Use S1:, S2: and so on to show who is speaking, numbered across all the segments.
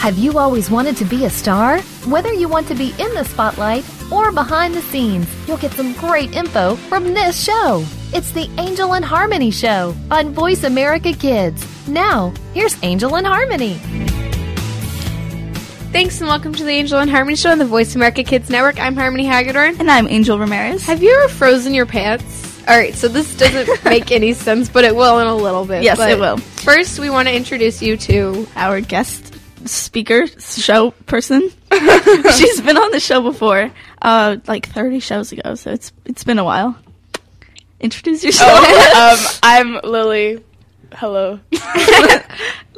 S1: Have you always wanted to be a star? Whether you want to be in the spotlight or behind the scenes, you'll get some great info from this show. It's the Angel and Harmony Show on Voice America Kids. Now, here's Angel and Harmony.
S2: Thanks and welcome to the Angel and Harmony Show on the Voice America Kids Network. I'm Harmony Hagedorn.
S3: And I'm Angel Ramirez.
S2: Have you ever frozen your pants? All right, so this doesn't make any sense, but it will in a little bit.
S3: Yes,
S2: But
S3: it will.
S2: First, we want to introduce you to
S3: Our guest speaker, show person. She's been on the show before, uh, like 30 shows ago, so it's it's been a while. Introduce yourself.
S4: um, I'm Lily. Hello.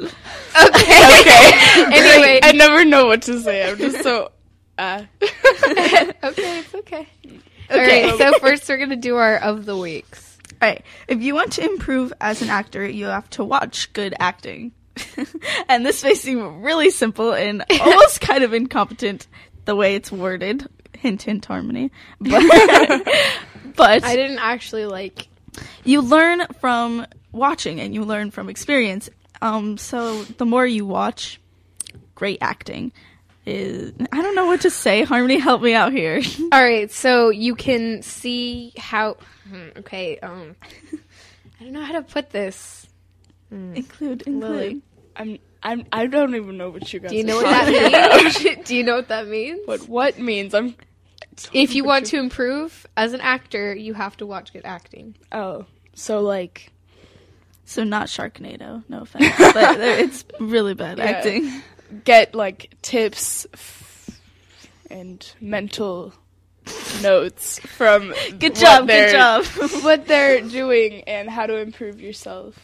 S2: Okay. anyway,
S4: I never know what to say. I'm just so. Uh.
S2: okay, it's okay. okay. All right, so first we're gonna do our of the weeks.
S3: All right. If you want to improve as an actor, you have to watch good acting. and this may seem really simple and almost kind of incompetent the way it's worded. Hint, hint, harmony. But, but
S2: I didn't actually like.
S3: you learn from watching and you learn from experience. Um, so the more you watch, great acting is. I don't know what to say. Harmony, help me out here.
S2: All right, so you can see how. hmm, Okay, um, I don't know how to put this.
S3: include, include.
S2: Lily.
S4: I'm. I'm. I don't even know what you guys.
S2: Do you
S4: are
S2: know what
S4: talking
S2: that means? do you know what that means?
S4: about. What what means? I'm.
S2: If you want to improve as an actor, you have to watch good acting.
S4: Oh, so like.
S3: So not Sharknado. No offense, but there- it's really bad acting.
S4: Get like tips, f- and mental notes from.
S3: Good
S4: what
S3: job. Good
S4: they're-
S3: job.
S4: What they're doing and how to improve yourself.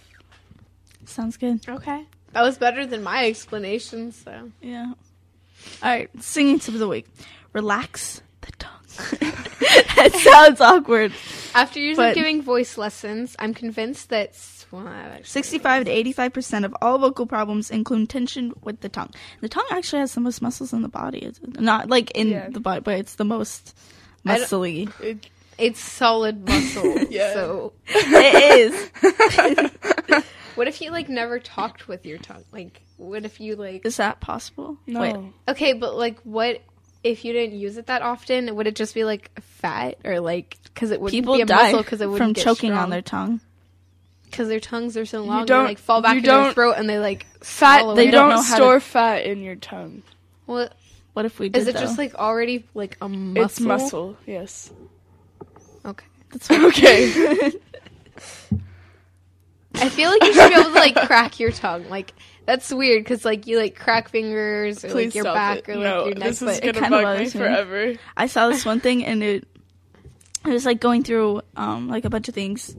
S3: Sounds good.
S2: Okay, that was better than my explanation. So
S3: Yeah. All right, singing tip of the week. Relax the tongue. that sounds awkward.
S2: after years
S3: But-
S2: of giving voice lessons, I'm convinced that. Well, I actually-
S3: 65 to 85% of all vocal problems include tension with the tongue. The tongue actually has the most muscles in the body. It's not like in
S4: Yeah.
S3: the body, but it's the most
S2: I don't-
S3: muscly.
S4: It,
S2: It's solid muscle.
S4: Yeah.
S2: So
S3: it is.
S2: what if you like never talked with your tongue? Like what if you like
S3: Is that possible?
S4: no.
S3: Wait.
S2: Okay, but like what if you didn't use it that often? Would it just be like fat or like cuz it would
S3: People
S2: be a
S3: die
S2: muscle cuz it would
S3: from choking on their tongue.
S2: cuz their tongues are so long
S4: don't-
S2: they like fall
S4: you
S2: back in their
S4: don't-
S2: throat and they like
S4: Fat.
S2: swallow
S3: they
S4: They
S2: it.
S3: don't
S4: don't,
S3: know how to-
S4: store fat in your tongue.
S2: Well,
S3: What if we did
S2: is it
S3: though?
S2: just like already like a muscle?
S4: It's muscle. Yes.
S2: Okay.
S3: That's what-
S4: Okay.
S2: I feel like you should be able to like crack your tongue. Like that's weird cuz like you like crack fingers or like your
S4: stop
S2: back
S4: it.
S2: or like
S4: no,
S2: your neck
S4: this
S2: but
S4: is gonna
S3: kinda
S4: bug me
S3: bothers me.
S4: forever.
S3: I saw this one thing and it it was like going through um like a bunch of things.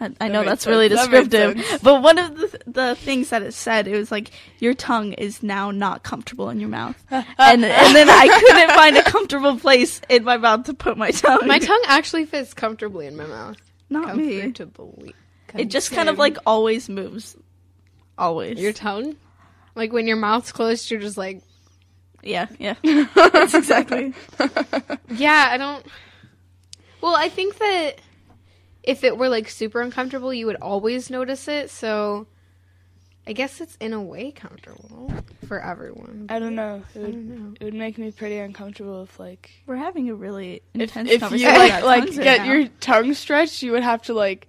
S3: I, I know
S4: makes
S3: that's really
S4: sense. That makes
S3: descriptive,
S4: sense.
S3: but one of the, the things that it said it was like your tongue is now not comfortable in your mouth, and and then I couldn't find a comfortable place in my mouth to put my tongue.
S2: My tongue actually fits comfortably in my mouth.
S3: not me.
S2: Comfortably.
S3: It just kind of like always moves, always.
S2: your tongue. Like when your mouth's closed, you're just like,
S3: yeah, yeah, that's exactly.
S2: yeah, I don't. Well, I think that if it were like super uncomfortable, you would always notice it. So I guess it's in a way comfortable for everyone.
S4: I don't know. It would,
S2: know.
S4: it would make me pretty uncomfortable if like
S3: We're having a really
S4: if,
S3: intense
S4: if you
S3: conversation.
S4: like,
S3: about
S4: like
S3: tongues right
S4: get
S3: now.
S4: your tongue stretched, you would have to like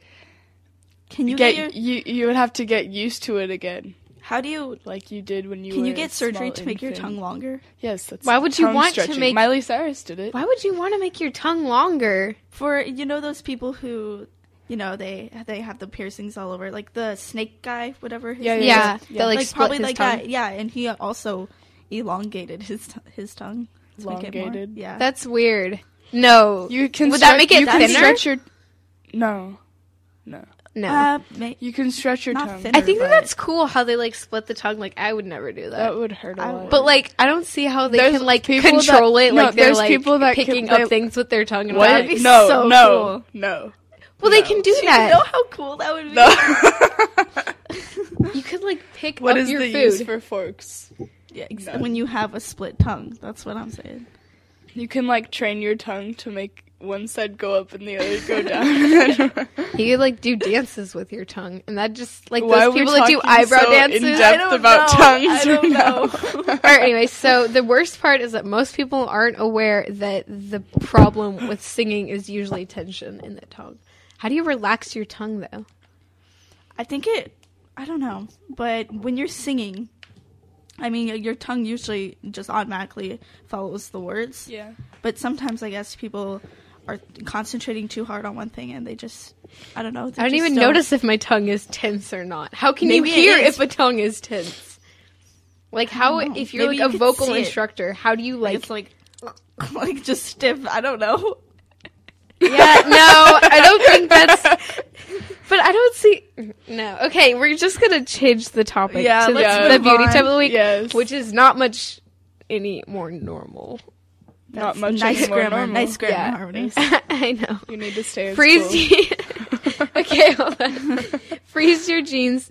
S3: can you
S4: get,
S3: get, your
S4: you you would have to get used to it again,
S3: how do you
S4: like you did when you
S3: Can
S4: were
S3: you
S4: a
S3: get surgery
S4: small
S3: to make your
S4: infant.
S3: tongue longer?
S4: Yes, that's
S2: Why would you
S4: tongue
S2: want to
S4: stretching.
S2: make-
S4: Miley Cyrus did it?
S2: Why would you want to make your tongue longer?
S3: For you know those people who, you know, they they have the piercings all over, like the snake guy, whatever. His
S4: Yeah,
S3: name
S4: yeah,
S3: is.
S2: Yeah,
S4: yeah.
S2: that like,
S3: like
S2: split
S3: probably
S2: his
S3: like
S2: tongue.
S3: that. Yeah, and he also elongated his t- his tongue. to make it more-
S4: Elongated.
S3: Yeah.
S2: That's weird. No,
S4: You can
S2: Would that
S4: stretch-
S2: make it
S4: you can
S2: thinner?
S4: stretch your no, no.
S2: no.
S3: uh, ma-
S4: You can stretch your
S3: Not
S4: tongue.
S3: thinner.
S2: I think that
S3: but-
S2: that's cool how they like split the tongue. Like I would never do that.
S4: That would hurt a
S3: I
S4: lot.
S2: But like, I don't see how they
S4: There's
S2: can like
S4: people
S2: control
S4: that-
S2: it.
S4: no,
S2: Like they're
S4: there's
S2: like
S4: people that can-
S2: picking
S4: they-
S2: up things with their tongue and
S4: what?
S3: that'd be
S4: no,
S3: so
S4: no, no,
S2: Well, they can do
S3: Do you know
S2: that.
S3: how cool that would be?
S2: You could like pick
S4: What
S2: up
S4: is
S2: your
S4: the
S2: food.
S4: use for forks?
S3: Yeah, ex-
S4: No.
S3: When you have a split tongue, that's what I'm saying.
S4: You can like train your tongue to make one side go up and the other go down.
S2: You could like do dances with your tongue, and that just like
S4: Why are
S2: those
S4: we
S2: people that do
S4: talking
S2: eyebrow
S4: so
S2: dances.
S4: in
S2: I
S4: depth
S2: don't-
S4: about
S3: know. I
S4: tongues?
S3: don't
S4: right now?
S2: All right, anyway, so the worst part is that most people aren't aware that the problem with singing is usually tension in the tongue. How do you relax your tongue though?
S3: I think it. I don't know, but when you're singing, I mean, your tongue usually just automatically follows the words.
S4: yeah.
S3: But sometimes I guess people are concentrating too hard on one thing and they just. I don't know. they
S2: I don't
S3: just
S2: even notice if my tongue is tense or not. How can
S3: Maybe it
S2: you hear
S3: is.
S2: if a tongue is tense? Like how
S3: don't know.
S2: if you're
S3: Maybe
S2: like
S3: you
S2: a
S3: can
S2: vocal
S3: see it.
S2: instructor, how do you like
S3: It's like, like just stiff. I don't know.
S2: Yeah, no, I don't think that's. But I don't see. No, okay, we're just gonna change the topic
S3: Yeah,
S2: to the-
S4: let's
S2: the
S3: move
S2: beauty
S3: on.
S2: tip of the week,
S4: Yes.
S2: which is not much any more normal.
S4: Not much
S3: Nice
S4: anymore
S3: grammar.
S4: normal.
S3: Nice grammar
S2: Yeah.
S3: harmonies.
S2: I know.
S4: You need to stay at
S2: Freeze.
S4: school.
S2: je- okay, hold on. Freeze your jeans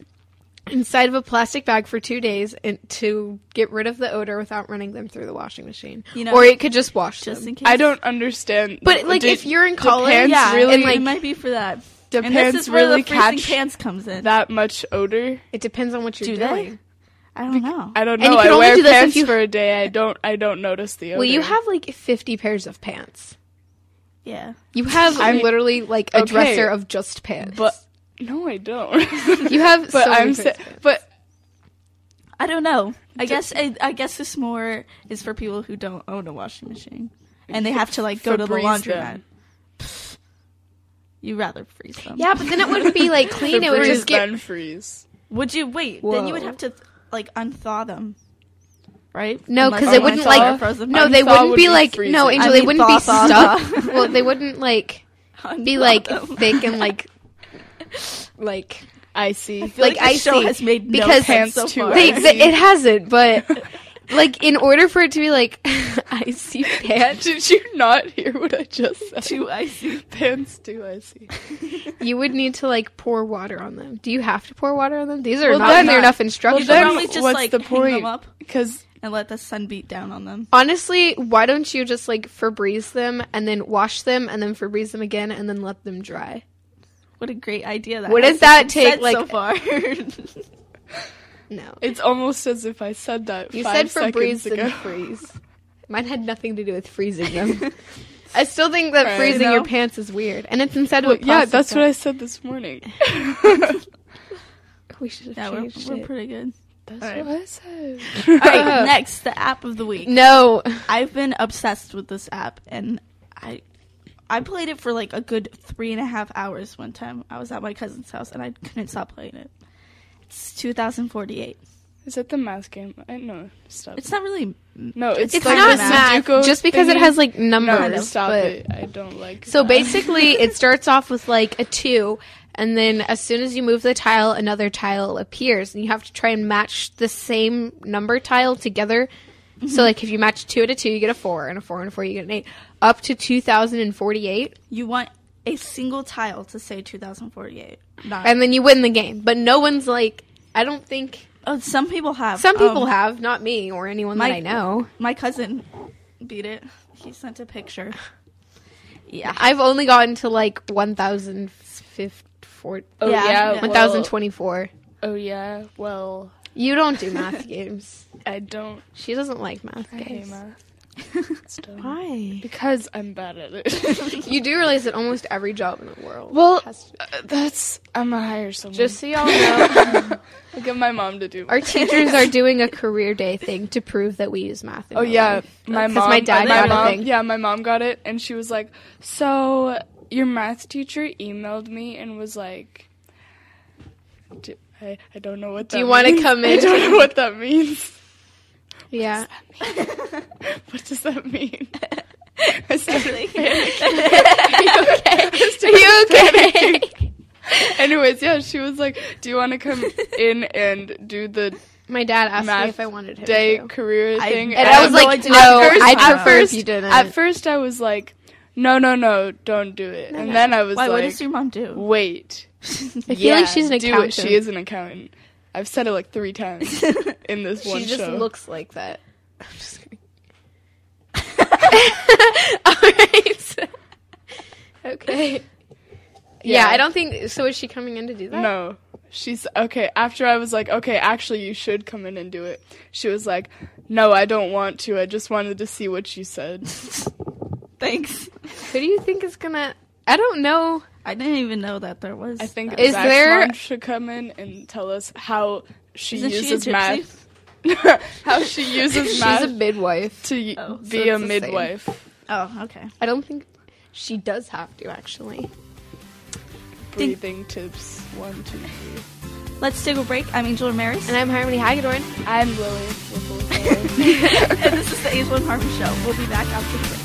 S2: inside of a plastic bag for two days and to get rid of the odor without running them through the washing machine.
S3: You know,
S2: or it could just wash
S3: Just
S2: them.
S3: in case.
S4: I don't understand.
S2: But, like, if you're in
S4: do
S2: college,
S4: pants
S3: Yeah,
S4: really
S3: and
S2: like-
S3: it might be for that.
S4: do
S3: And
S4: pants
S3: this is where
S4: really
S3: the freezing
S4: catch
S3: pants comes in.
S4: that much odor?
S2: It depends on what you're
S3: Do they?
S2: doing.
S3: I don't know.
S4: I don't
S2: And
S4: know.
S2: you can
S4: I
S2: only
S4: wear
S2: do this if
S4: pants
S2: you-
S4: for a day. I don't. I don't notice the odor.
S2: Well, you have like 50 pairs of pants.
S3: yeah.
S2: You have
S4: I'm-
S2: literally like a
S4: Okay.
S2: dresser of just pants.
S4: but no, I don't.
S2: you have
S4: but
S2: so many
S4: I'm.
S2: pairs
S4: Sa-
S2: of pants.
S4: but
S3: I don't know. I guess I, I guess this more is for people who don't own a washing machine and they have to like go to the
S4: Febreze
S3: laundromat.
S4: them.
S3: You rather freeze them.
S2: yeah, but then it wouldn't be like clean. it would
S4: Febreze
S2: just get
S4: then freeze.
S3: Would you wait? Then you would
S2: Whoa.
S3: have to like unthaw them, right?
S2: no,
S3: Unless
S2: because
S3: you
S2: it wouldn't
S3: unthaw or
S2: like
S3: froze them.
S2: no, they
S4: Unthaw
S2: wouldn't
S4: would
S2: be
S4: be
S2: like no,
S4: freezing.
S2: Angel,
S3: I
S2: they
S3: mean,
S2: wouldn't be
S3: thaw, thaw,
S2: stuck.
S3: thaw.
S2: well, they wouldn't like
S3: Unthaw
S2: be like
S3: them.
S2: thick and like like
S4: I see.
S3: feel
S2: like
S3: like this show
S2: icy
S3: has made no
S2: because
S3: sense so
S4: Pants too
S3: far.
S2: they,
S4: icy.
S2: they- it hasn't, but like in order for it to be like icy pants,
S4: Did you not hear what I just said?
S3: too icy.
S4: Pants too icy.
S2: you would need to like pour water on them. Do you have to pour water on them? These are
S4: Well,
S2: not
S4: then-
S2: near enough
S3: You
S2: instructions.
S3: should
S4: then
S3: probably just
S4: what's
S3: like
S4: the
S3: hang them
S4: point?
S3: up
S4: Because
S3: and let the sun beat down on them.
S2: Honestly, why don't you just like Febreze them and then wash them and then Febreze them again and then let them dry?
S3: What a great idea that.
S2: What does
S3: hasn't
S2: that
S3: been
S2: take,
S3: said
S2: like-
S3: so far?
S2: No.
S4: it's almost as if I said that.
S2: You
S4: five
S2: said Febreze
S4: seconds ago.
S2: and freeze. Mine had nothing to do with freezing them. I still think that
S4: Right.
S2: freezing
S3: No.
S2: your pants is weird. And it's instead of
S4: Well,
S2: a
S4: yeah,
S2: plastic
S4: that's what I
S2: bag.
S4: said this morning.
S2: We should have
S3: yeah, we're,
S2: changed
S3: we're
S2: it.
S3: pretty good.
S4: That's
S3: Alright.
S4: what I said.
S3: All right,
S2: Oh.
S3: next the app of the week.
S2: No.
S3: I've been obsessed with this app, and I I played it for like a good three and a half hours one time. I was at my cousin's house, and I couldn't stop playing it. It's 2048.
S4: Is that the math game? I know. Stop.
S3: It's not really.
S4: no, it's,
S2: It's
S4: like
S2: not
S4: the
S2: math.
S4: Sudoku
S2: Just because it
S4: thingy.
S2: has like
S4: No,
S2: numbers.
S4: stop
S2: but-
S4: it. I don't like
S2: So
S4: that.
S2: basically, it starts off with like a two, and then as soon as you move the tile, another tile appears, and you have to try and match the same number tile together. So, like, if you match two to two, you get a four, and a four and a four, you get an eight, up to 2048,
S3: You want a single tile to say 2048. Not,
S2: and then you win the game. But no one's like, I don't think
S3: oh, some people have.
S2: some people
S3: um,
S2: have, not me or anyone
S3: my-
S2: that I know.
S3: My cousin beat it. He sent a picture. Yeah.
S2: I've only gotten to like 1,054,
S4: Oh
S3: Yeah.
S4: yeah.
S3: Yeah.
S4: well-
S2: 1,024.
S4: oh yeah. Well,
S2: You don't do math games.
S4: I don't.
S2: She doesn't like math
S4: I
S2: games.
S4: hate math. It's dumb.
S2: Why?
S4: Because I'm bad at it.
S2: You do realize that almost every job in the world.
S4: well,
S2: has to-
S4: uh, that's I'm gonna hire someone.
S2: just so y'all know,
S4: I'll get my mom to do.
S2: our teachers are doing a career day thing to prove that we use math. In
S4: Oh
S2: real
S4: yeah,
S2: life.
S4: my
S2: 'Cause
S4: mom.
S2: my dad
S4: my
S2: got a
S4: mom,
S2: thing.
S4: Yeah, my mom got it, and she was like, "So your math teacher emailed me and was like, D- I, I don't know what that
S2: Do you want to
S4: means.
S2: come
S4: I
S2: in?
S4: don't know what that means.
S2: yeah.
S4: What does that mean? I started
S2: Are you okay?
S4: Anyways, yeah, she was like, "Do you want to come in and do the
S2: my dad asked
S4: Math
S2: me if I wanted him
S4: day
S2: to.
S4: career
S3: I-
S4: thing?"
S2: And
S3: I
S2: I
S3: have
S2: was
S4: was
S3: no
S2: like,
S3: idea.
S2: no,
S4: At first-
S2: I'd
S4: at
S2: prefer if
S4: first-
S2: you didn't.
S4: At first, I was like, "No, no, no, don't do it." and then I was
S3: Why?
S4: like,
S3: what does your mom do?
S4: "Wait,
S2: I feel like she's an
S4: do it.
S2: accountant.
S4: She is an accountant. I've said it like three times in this one
S2: She just
S4: show.
S2: looks like that. I'm just kidding. All right. Okay. Yeah.
S4: Yeah.
S2: I don't think so. Is she coming in to do that?
S4: No. She's okay. After I was like, okay, actually, you should come in and do it. She was like, no, I don't want to. I just wanted to see what you said.
S3: Thanks.
S2: Who do you think is gonna? I don't know.
S3: I didn't even know that there was.
S4: I think
S2: Is
S4: Zach's
S2: there-
S4: mom should come in and tell us how she
S3: Isn't she a
S4: uses
S3: gypsy?
S4: math. how she uses
S2: She's a
S4: math
S2: midwife.
S4: to y-
S3: Oh, so
S4: be
S2: it's
S4: a
S2: the same.
S4: midwife.
S3: Oh, okay.
S2: I don't think she does have to actually.
S3: Think-
S4: Breathing tips. One, two, three.
S3: Let's take a break. I'm Angel Ramirez,
S2: And I'm Harmony Hagedorn.
S4: I'm Lily. Whipple.
S3: and this is the Angel and Harmony Show. We'll be back after the break.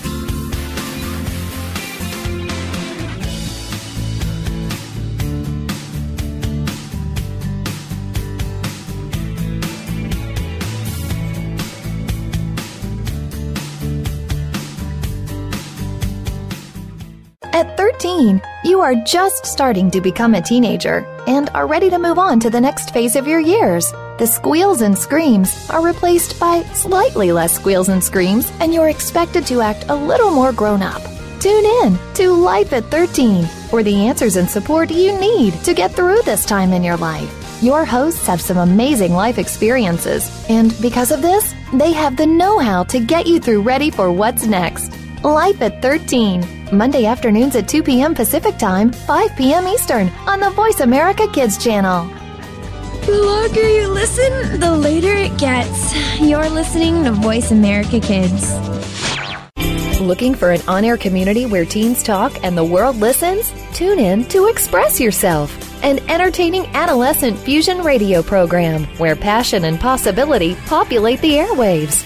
S1: At 13, you are just starting to become a teenager and are ready to move on to the next phase of your years. The squeals and screams are replaced by slightly less squeals and screams, and you're expected to act a little more grown up. Tune in to Life at 13 for the answers and support you need to get through this time in your life. Your hosts have some amazing life experiences, and because of this, they have the know how to get you through ready for what's next. Life at 13. Monday afternoons at 2 p.m. Pacific Time, 5 p.m. Eastern on the Voice America Kids channel.
S5: The longer you listen, the later it gets. You're listening to Voice America Kids.
S1: Looking for an on air community where teens talk and the world listens? Tune in to Express Yourself, an entertaining adolescent fusion radio program where passion and possibility populate the airwaves.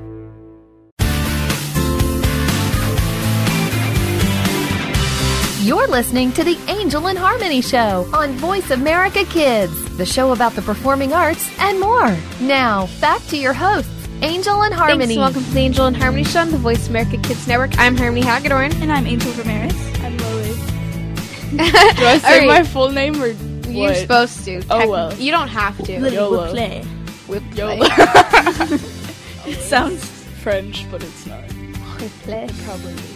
S1: You're listening to the Angel and Harmony Show on Voice America Kids, the show about the performing arts and more. Now, back to your hosts, Angel and
S2: Thanks.
S1: Harmony.
S2: and Welcome to the Angel and Harmony Show on the Voice America Kids Network. I'm Harmony Hagedorn.
S3: And I'm Angel Ramirez.
S4: I'm Lily. Do I say
S2: Alright.
S4: my full name or what?
S2: You're supposed to.
S4: Oh,
S2: technically.
S4: well.
S2: You don't have to.
S3: Lily
S4: YOLO.
S3: will play.
S2: Whip
S4: YOLO.
S3: Sounds
S4: French, but it's not.
S2: play.
S4: Probably is.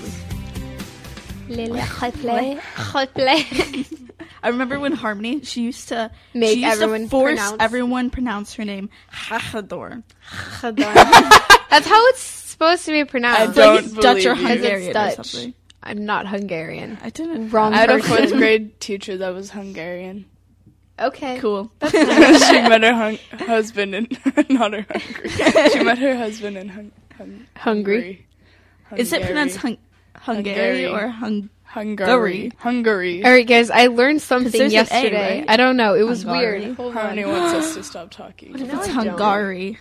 S2: Lily, replay. Replay.
S3: I remember when Harmony she used to
S2: Make
S3: she used
S2: everyone
S3: to force
S2: pronounce-
S3: everyone pronounce her name Hachador.
S2: That's how it's supposed to be
S4: I
S2: pronounced.
S4: don't
S3: it's Dutch
S4: believe
S3: or
S4: you.
S2: Because
S3: Hungarian
S2: it's
S3: or
S2: Dutch.
S3: something.
S2: I'm not Hungarian.
S3: I didn't
S2: Wrong
S4: I had a
S2: person.
S4: fourth grade teacher that was Hungarian.
S2: Okay.
S3: cool.
S4: she met her hun- husband in not her hungry. She met her husband in hung- hung-
S2: Hungry.
S4: Hungary.
S3: Is it pronounced hung- Hungary
S4: Hungary.
S3: or hung?
S4: Hungary? Hungary.
S2: All right, guys. I learned something
S3: there's an A,
S2: yesterday.
S3: right?
S2: I don't know. It was
S3: Hungary.
S2: weird. Hold
S4: Harmony
S2: on.
S4: wants us to stop talking.
S2: No,
S3: It's
S2: I don't.
S3: Hungary.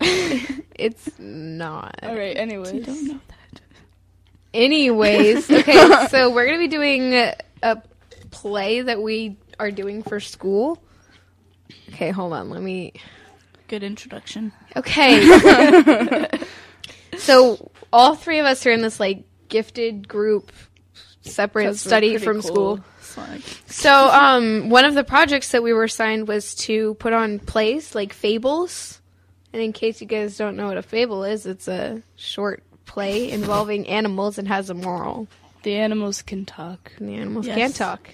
S2: It's not.
S4: All right.
S3: I
S4: Anyways,
S3: don't know that.
S2: Anyways, okay, so we're gonna be doing a play that we are doing for school. Okay, hold on, let me.
S3: Good introduction.
S2: Okay. so all three of us are in this like gifted group, separate
S4: That's
S2: study
S4: pretty
S2: from
S4: cool.
S2: school.
S3: Slag.
S2: So um, one of the projects that we were assigned was to put on plays like fables. And in case you guys don't know what a fable is, it's a short play involving animals and has a moral.
S4: the animals can talk.
S2: The animals
S3: Yes.
S2: can talk.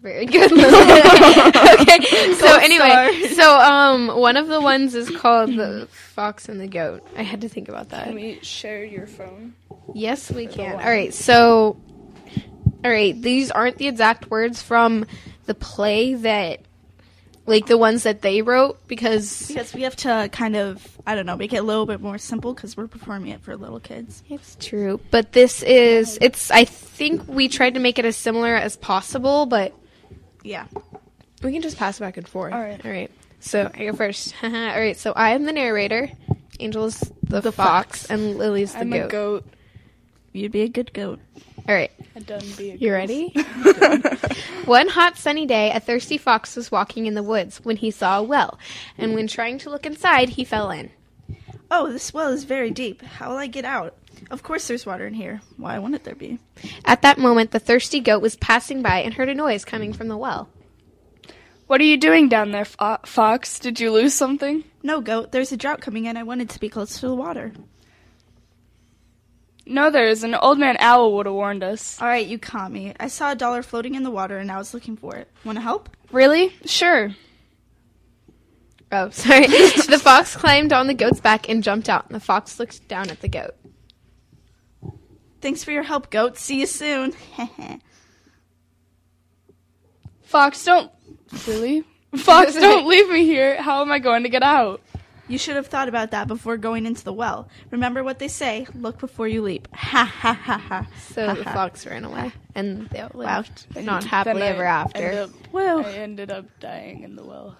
S2: Very good. okay. So anyway, so um, one of the ones is called the fox and the goat. I had to think about that.
S4: Can we share your phone?
S2: Yes, we can. All right. So, all right. These aren't the exact words from the play that, like the ones that they wrote, because
S3: Because we have to kind of I don't know make it a little bit more simple because we're performing it for little kids.
S2: It's true, but this is it's. I think we tried to make it as similar as possible, but
S3: Yeah.
S2: We can just pass back and forth. All
S4: right.
S2: All right. So I go first. All right. So I am the narrator. Angel's the, fox, and Lily's the
S4: I'm
S2: goat.
S4: a goat.
S3: You'd be a good goat.
S2: All right.
S4: I'd done be a
S2: You ready? One hot sunny day, a thirsty fox was walking in the woods when he saw a well, and when trying to look inside, he fell in.
S3: Oh, this well is very deep. How will I get out? Of course there's water in here. Why wouldn't there be?
S2: At that moment, the thirsty goat was passing by and heard a noise coming from the well.
S4: What are you doing down there, Fo- Fox? Did you lose something?
S3: No, goat, there's a drought coming and I wanted to be close to the water.
S4: No, there isn't. Old Man Owl would have warned us.
S3: All right, you caught me. I saw a dollar floating in the water and I was looking for it. Want to help?
S4: Really? Sure.
S2: Oh, sorry. the fox climbed on the goat's back and jumped out, and the fox looked down at the goat.
S3: Thanks for your help, goat. See you soon.
S4: Fox, don't. Really? Fox, don't leave me here. How am I going to get out?
S3: you should have thought about that before going into the well. Remember what they say, look before you leap. Ha ha ha ha.
S2: So the fox ran away, and they all
S3: Wow.
S2: lived not happily
S4: Then I
S2: ever after.
S4: ended up-
S3: Well.
S4: I ended up dying in the well.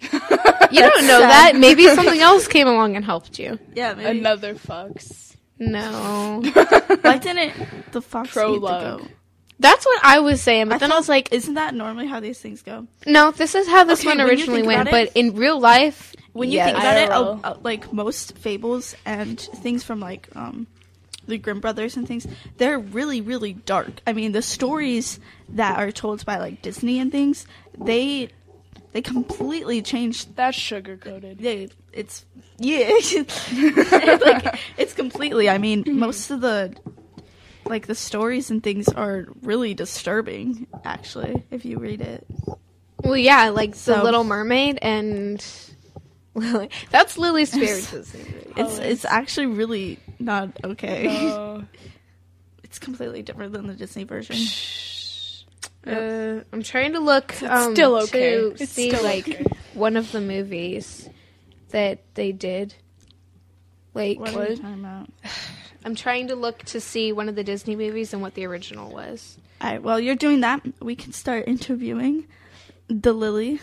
S2: you don't know that. Maybe something else came along and helped you.
S3: Yeah, maybe.
S4: Another fox.
S2: No,
S3: Why didn't the fox eat
S4: Prologue.
S3: the goat?
S2: that's what I was saying. But
S3: I
S2: then I was like,
S3: Isn't that normally how these things go?
S2: no, this is how this
S3: Okay,
S2: one
S3: when you
S2: originally
S3: think
S2: went.
S3: about
S2: But
S3: it-
S2: in real life,
S3: when you
S2: yes.
S3: think about it,
S4: IRL.
S3: uh, uh, like most fables and things from like um, the Grimm brothers and things, they're really really dark. I mean, the stories that are told by like Disney and things, they they completely changed.
S4: That's sugar coated.
S3: They it's yeah, like it's completely. I mean, most of the like the stories and things are really disturbing. Actually, if you read it,
S2: well, yeah, like the
S3: So-
S2: Little Mermaid and Lily. That's Lily's favorite Disney.
S3: it's it's actually really not okay.
S4: Oh.
S3: It's completely different than the Disney version.
S2: Uh, I'm trying to look. Um,
S4: still okay.
S2: To
S4: It's
S2: see
S4: still
S2: like
S4: okay.
S2: one of the movies that they did. Like
S3: What, are you talking about?
S2: I'm trying to look to see one of the Disney movies and what the original was.
S3: All right, while you're doing that, we can start interviewing the lily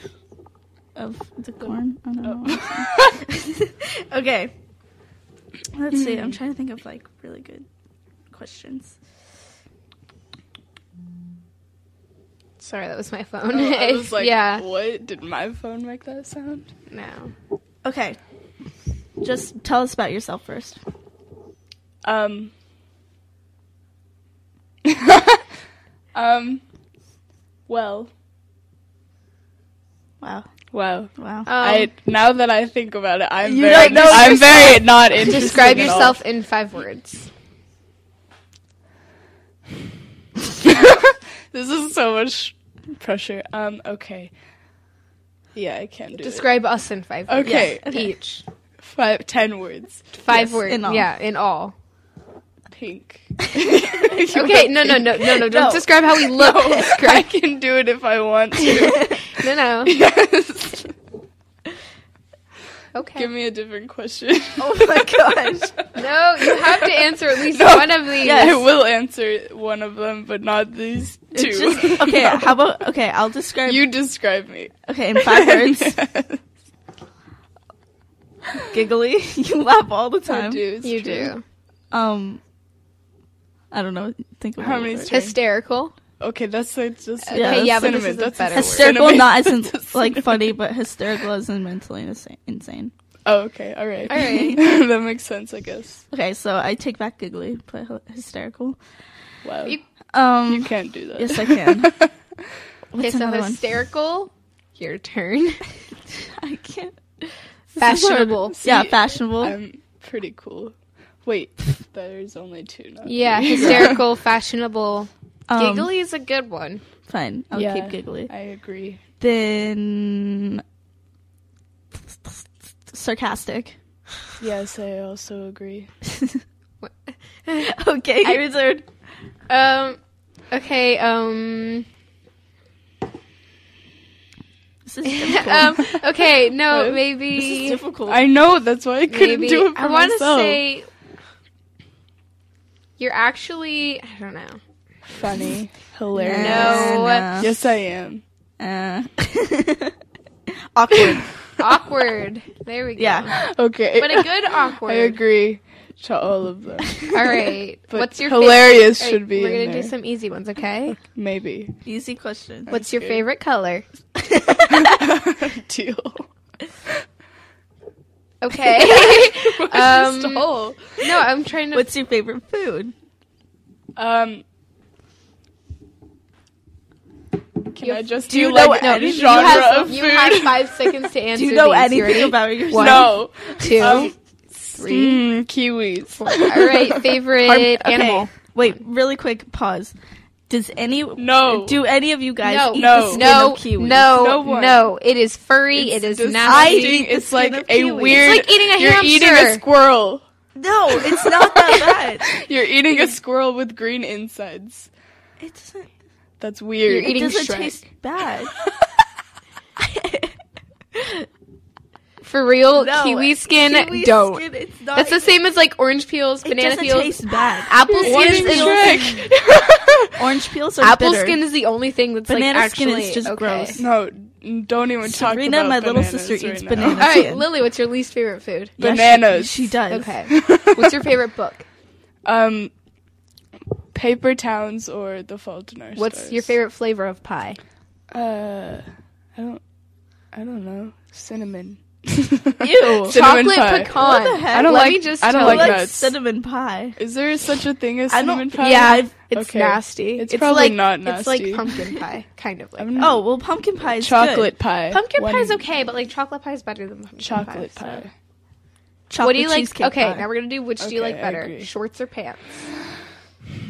S3: of the corn. I don't know. okay. Let's see. I'm trying to think of like really good questions.
S2: Sorry, that was my phone.
S4: I was like,
S2: yeah,
S4: what? Did my phone make that sound?
S2: no.
S3: Okay. Just tell us about yourself first.
S4: Um. um. Well.
S3: Wow.
S4: Wow.
S3: Wow.
S2: Um,
S4: I now that I think about it, I'm
S3: You
S4: very,
S3: don't know
S4: I'm very not interested.
S2: describe
S4: at all.
S2: yourself in five words.
S4: This is so much pressure. Um. Okay. Yeah, I can do it.
S2: Describe us in five. words.
S4: Okay.
S2: Yeah, each
S4: Five, ten words.
S2: five
S3: Yes,
S2: words.
S3: in all.
S2: Yeah, in all.
S4: Pink.
S2: Okay, no, no, no, no, no. Don't
S3: No.
S2: describe how we look.
S4: I
S2: Describe.
S4: can do it if I want to.
S2: No, no.
S4: yes.
S2: Okay.
S4: Give me a different question.
S3: oh my gosh.
S2: no, you have to answer at least
S4: No.
S2: one of these.
S4: I will answer one of them, but not these two.
S3: It's just- okay, how about okay, I'll describe
S4: you describe me.
S3: Okay, in five words. Giggly. You laugh all the
S4: I
S3: time.
S4: do. it's
S2: You
S4: true.
S2: do.
S3: Um I don't know. Think of
S4: How
S3: another
S4: many
S3: word.
S2: Hysterical.
S4: Okay, that's like just
S2: Okay, yeah,
S3: yeah,
S2: but this
S4: cinnamon.
S2: is a
S4: that's
S2: better word.
S3: hysterical
S4: cinnamon.
S3: not as in,
S4: That's
S3: like
S4: cinnamon.
S3: funny but hysterical as in mentally insa- insane
S4: Oh, okay, all right,
S2: All right.
S4: that makes sense, I guess.
S3: okay so i take back giggly but hy- hysterical
S4: Wow,
S2: You-
S4: you,
S3: um
S4: can't do that.
S3: yes i can
S2: Okay,
S3: what's
S2: so
S3: another one
S2: hysterical. Your turn.
S3: i can't
S2: Fashionable.
S3: yeah
S4: See,
S3: fashionable
S4: I'm pretty cool. Wait, there's only two now.
S2: Yeah, hysterical, fashionable.
S3: Um,
S2: Giggly is a good one.
S3: fine i'll
S4: Yeah,
S3: keep giggly
S4: I agree.
S3: then sarcastic
S4: Yes, I also agree.
S3: okay I, third.
S2: Um, okay, um,
S3: this is difficult
S2: um, okay, no,
S4: Hello?
S2: maybe,
S3: this is difficult
S4: I know that's why I couldn't
S2: maybe,
S4: do it for
S2: I want to
S4: myself.
S2: say, you're actually, I don't know.
S4: funny, hilarious.
S2: No.
S4: Yes, I am.
S3: Uh, awkward
S2: Awkward. There we go.
S3: yeah
S4: Okay,
S2: But a good awkward.
S4: I agree. to all of them.
S2: All right.
S4: But
S2: What's your
S4: hilarious
S2: favorite?
S4: should be
S2: We're
S4: in
S2: gonna do
S4: there.
S2: some easy ones, okay?
S4: Maybe
S3: Easy question.
S2: What's your
S4: good.
S2: favorite color?
S4: deal.
S2: Okay. um, no, I'm trying to.
S3: What's your favorite food?
S4: Um. Can
S2: You-
S4: I just
S3: do you
S4: like,
S3: know
S2: no,
S3: any
S2: you
S4: genre
S2: have,
S4: of
S2: you
S4: food?
S2: have five seconds to answer.
S3: Do you know
S2: these.
S3: anything
S2: ready?
S3: about yourself?
S2: One,
S4: no.
S2: two,
S4: Um,
S2: three.
S4: Mm, kiwis.
S2: All right, favorite
S3: Are- okay,
S2: animal.
S3: Wait, really quick pause. Does any
S4: No.
S3: do any of you guys
S2: No,
S3: eat
S4: No.
S3: the skin
S2: no,
S3: of kiwi?
S2: no,
S4: No
S2: no,
S4: one.
S2: It is furry. it is
S4: disgusting.
S2: nasty.
S3: eat the
S4: It's
S3: skin
S4: like
S3: of
S4: a
S3: kiwi.
S4: weird.
S2: It's like eating a
S4: You're eating a
S2: hamster.
S4: squirrel.
S3: No, it's not that bad.
S4: You're eating a squirrel with green insides.
S3: It doesn't.
S4: That's weird.
S2: You're
S3: It
S2: eating
S3: doesn't
S2: Shrek.
S3: taste bad.
S2: For real,
S3: No,
S2: kiwi skin.
S3: kiwi
S2: don't.
S3: skin, it's not.
S2: That's the same as like orange peels,
S3: It
S2: banana
S3: doesn't
S2: peels,
S3: taste bad.
S2: apple
S4: You're
S2: skin.
S4: eating
S2: Is,
S4: Shrek.
S3: Orange peels are
S2: apple
S3: bitter.
S2: skin is the only thing that's
S3: Banana
S2: like
S3: skin
S2: actually
S3: is just
S2: okay.
S3: gross.
S4: No, n- don't even talk
S3: Sabrina,
S4: about
S3: my little
S4: bananas
S3: sister,
S4: right
S3: eats
S4: now.
S3: bananas.
S2: All right,
S3: Skin.
S2: Lily, what's your least favorite food?
S3: Yeah, she-
S4: bananas.
S3: She, does.
S2: Okay. What's your favorite book?
S4: Um, Paper Towns or The Fault in Our
S2: What's
S4: Stars.
S2: your favorite flavor of pie?
S4: Uh, I don't, I don't know. Cinnamon.
S3: Ew.
S4: Cinnamon
S2: Chocolate
S4: pie.
S2: pecan.
S3: What the heck?
S4: I don't
S2: Let
S4: like.
S2: me just
S4: I don't
S2: tell
S4: like
S2: you.
S3: Like
S4: nuts.
S3: cinnamon pie.
S4: Is there such a thing as
S3: I don't-
S4: cinnamon pie?
S2: Yeah, it's
S4: Okay.
S2: nasty.
S4: It's probably
S2: like,
S4: not
S2: It's like
S4: nasty.
S2: pumpkin pie, kind of like
S4: I'm
S2: that.
S4: not-
S3: Oh well, pumpkin pie is
S4: chocolate
S3: good.
S4: pie.
S2: Pumpkin
S4: One
S2: pie is okay, but like chocolate pie is better than pumpkin
S4: Chocolate
S2: pie. so.
S4: pie.
S3: Chocolate
S2: What do you like?
S3: cheesecake
S2: Okay,
S3: pie.
S2: now we're gonna do which do you
S4: Okay,
S2: like
S4: I
S2: better,
S4: agree.
S2: shorts or pants?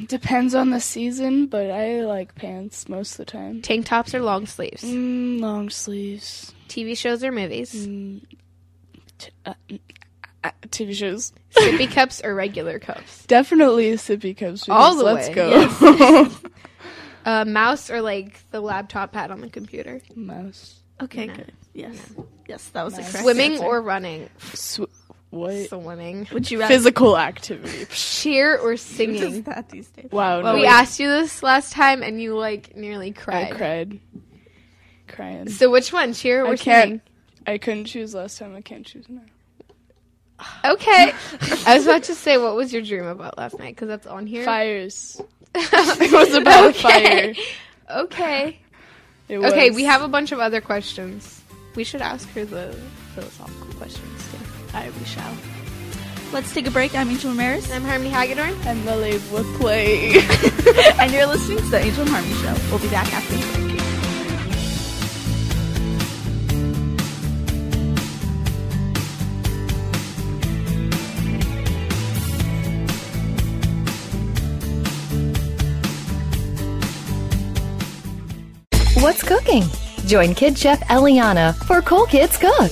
S4: Depends on the season, but I like pants most of the time.
S2: Tank tops or long sleeves?
S4: Mm, long sleeves.
S2: TV shows or movies?
S4: Mm. Uh, TV shows.
S2: Sippy cups or regular cups?
S4: Definitely sippy cups.
S2: All
S4: because
S2: the
S4: Let's
S2: way,
S4: go.
S2: Uh, mouse or like the laptop pad on the computer?
S4: Mouse.
S3: okay,
S2: No.
S3: good. Yes, yes, that was the correct
S2: Swimming
S3: answer.
S2: or running?
S4: Sw- what?
S2: Swimming.
S3: would you rather?
S4: Physical activity.
S2: Cheer or
S3: Does
S2: singing?
S3: that these days?
S4: Wow.
S3: Well,
S4: no,
S2: we
S3: wait.
S2: asked you this last time, and you like nearly
S4: I
S2: cried.
S4: cried. Crying.
S2: So which one, cheer or
S4: I can't.
S2: singing?
S4: I couldn't choose last time. I can't choose now.
S2: Okay. I was about to say, what was your dream about last night? Because that's on here.
S4: Fires.
S2: it
S4: was about fire.
S2: Okay.
S4: It
S2: Okay,
S4: was-
S2: we have a bunch of other questions. We should ask her the philosophical questions too.
S3: All right, we shall. Let's take a break. I'm Angel Ramirez,
S2: I'm Harmony Hagedorn.
S4: And Lily would play.
S3: and you're listening to the Angel and Harmony Show. We'll be back after. the break.
S1: What's cooking? Join Kid Chef Eliana for Cool Kids Cook.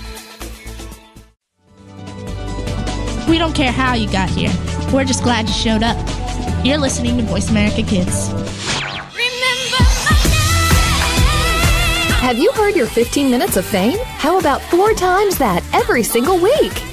S6: We don't care how you got here. We're just glad you showed up. You're listening to Voice America Kids.
S1: Have you heard your 15 minutes of fame? How about four times that every single week?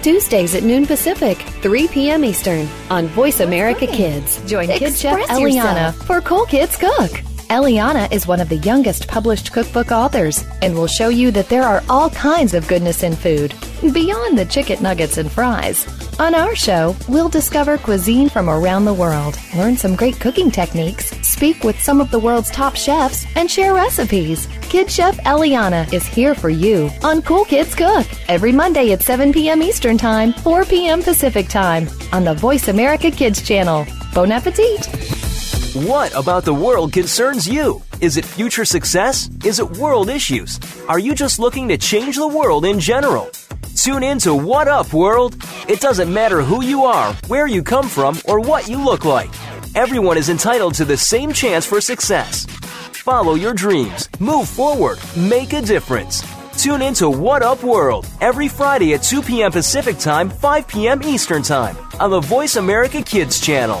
S1: Tuesdays at noon Pacific, 3 p.m. Eastern on Voice America Kids. Join Kid Chef
S5: Express
S1: Eliana
S5: yourself.
S1: for Cool Kids Cook. Eliana is one of the youngest published cookbook authors and will show you that there are all kinds of goodness in food, beyond the chicken nuggets and fries. On our show, we'll discover cuisine from around the world, learn some great cooking techniques, speak with some of the world's top chefs, and share recipes. Kid Chef Eliana is here for you on Cool Kids Cook every Monday at 7 p.m. Eastern Time, 4 p.m. Pacific Time on the Voice America Kids channel. Bon appetit!
S7: What about the world concerns you? Is it future success? Is it world issues? Are you just looking to change the world in general? Tune in to What Up World. It doesn't matter who you are, where you come from, or what you look like. Everyone is entitled to the same chance for success. Follow your dreams, move forward, make a difference. Tune in to What Up World every Friday at 2 p.m. Pacific Time, 5 p.m. Eastern Time on the Voice America Kids channel.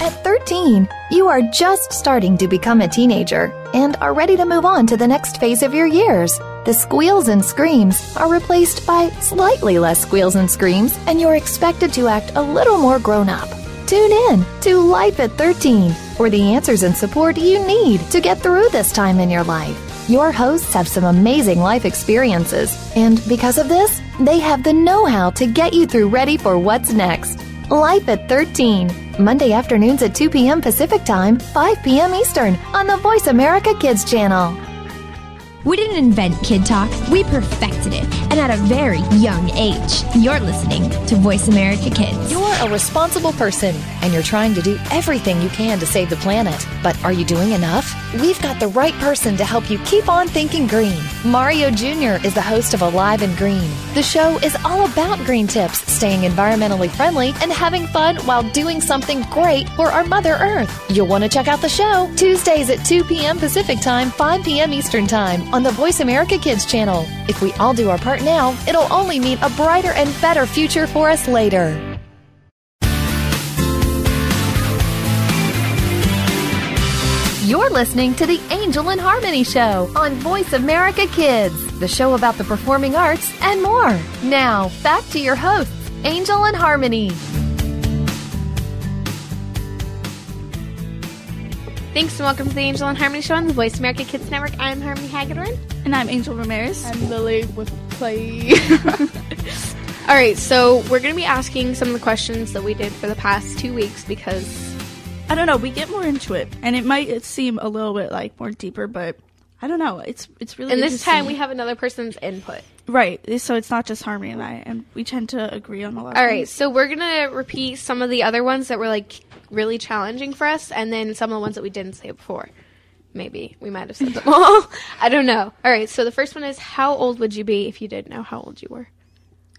S1: At 13, you are just starting to become a teenager and are ready to move on to the next phase of your years. The squeals and screams are replaced by slightly less squeals and screams, and you're expected to act a little more grown up. Tune in to Life at 13 for the answers and support you need to get through this time in your life. Your hosts have some amazing life experiences, and because of this, they have the know how to get you through ready for what's next. Life at 13, Monday afternoons at 2 p.m. Pacific Time, 5 p.m. Eastern on the Voice America Kids channel.
S5: We didn't invent Kid Talk, we perfected it, and at a very young age. You're listening to Voice America Kids.
S1: You're a responsible person and you're trying to do everything you can to save the planet. But are you doing enough? We've got the right person to help you keep on thinking green. Mario Jr. is the host of Alive and Green. The show is all about green tips, staying environmentally friendly, and having fun while doing something great for our Mother Earth. You'll want to check out the show Tuesdays at 2 p.m. Pacific Time, 5 p.m. Eastern Time on the Voice America Kids channel. If we all do our part now, it'll only mean a brighter and better future for us later. You're listening to the Angel in Harmony Show on Voice America Kids, the show about the performing arts and more. Now, back to your hosts, Angel and Harmony.
S2: Thanks and welcome to the Angel and Harmony Show on the Voice America Kids Network. I'm Harmony Hagedorn.
S3: And I'm Angel Ramirez.
S4: I'm Lily with play.
S2: All right, so we're going to be asking some of the questions that we did for the past two weeks because
S3: I don't know. We get more into it, and it might seem a little bit like more deeper, but I don't know. It's it's really
S2: and this
S3: interesting.
S2: time we have another person's input.
S3: right. So it's not just Harmony and I, and we tend to agree on a lot.
S2: All right, so we're going to repeat some of the other ones that were like really challenging for us and then some of the ones that we didn't say before. Maybe we might have said them all. I don't know. All right, so the first one is how old would you be if you didn't know how old you were?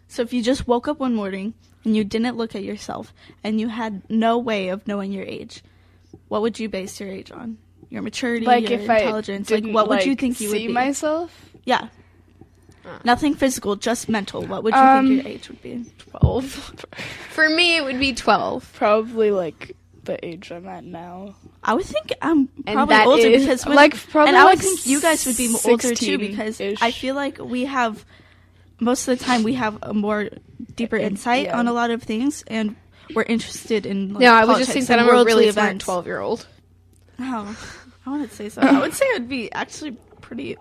S3: So if you just woke up one morning and you didn't look at yourself and you had no way of knowing your age, what would you base your age on? Your maturity,
S4: like
S3: your
S4: if I
S3: intelligence. Like
S4: didn't,
S3: what would you
S4: like,
S3: think you would
S4: see
S3: be?
S4: myself?
S3: yeah. Nothing physical, just mental. What would you
S4: Um,
S3: think your age would be?
S4: Twelve,
S2: For me, it would be 12.
S4: probably like the age I'm at now.
S3: I would think I'm
S2: And
S3: probably
S2: that
S3: older
S4: is-
S3: because with,
S4: like, probably
S3: and I would
S4: like
S3: think you guys would be older too because
S4: 16-ish.
S3: I feel like we have most of the time we have a more deeper insight on a lot of things, and we're interested in. Like,
S2: No, I was
S3: politics
S2: just think that
S3: and
S2: I'm a
S3: worldly
S2: really smart
S3: events.
S2: twelve year old.
S3: Oh, I wouldn't say so. I would say I'd be actually pretty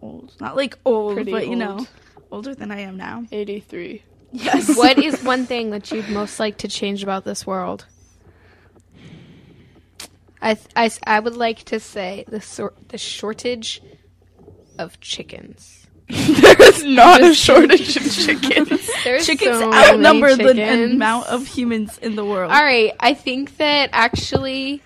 S3: old. Not like old,
S4: Pretty
S3: but you know,
S4: old.
S3: older than I am now.
S4: 83.
S3: Yes.
S2: What is one thing that you'd most like to change about this world? I th- I, s- I would like to say the sor- the shortage of chickens.
S4: there is not a shortage of chickens.
S2: There's
S3: Chickens
S2: so many
S3: outnumber the
S2: chickens.
S3: amount of humans in the world.
S2: All right, I think that actually,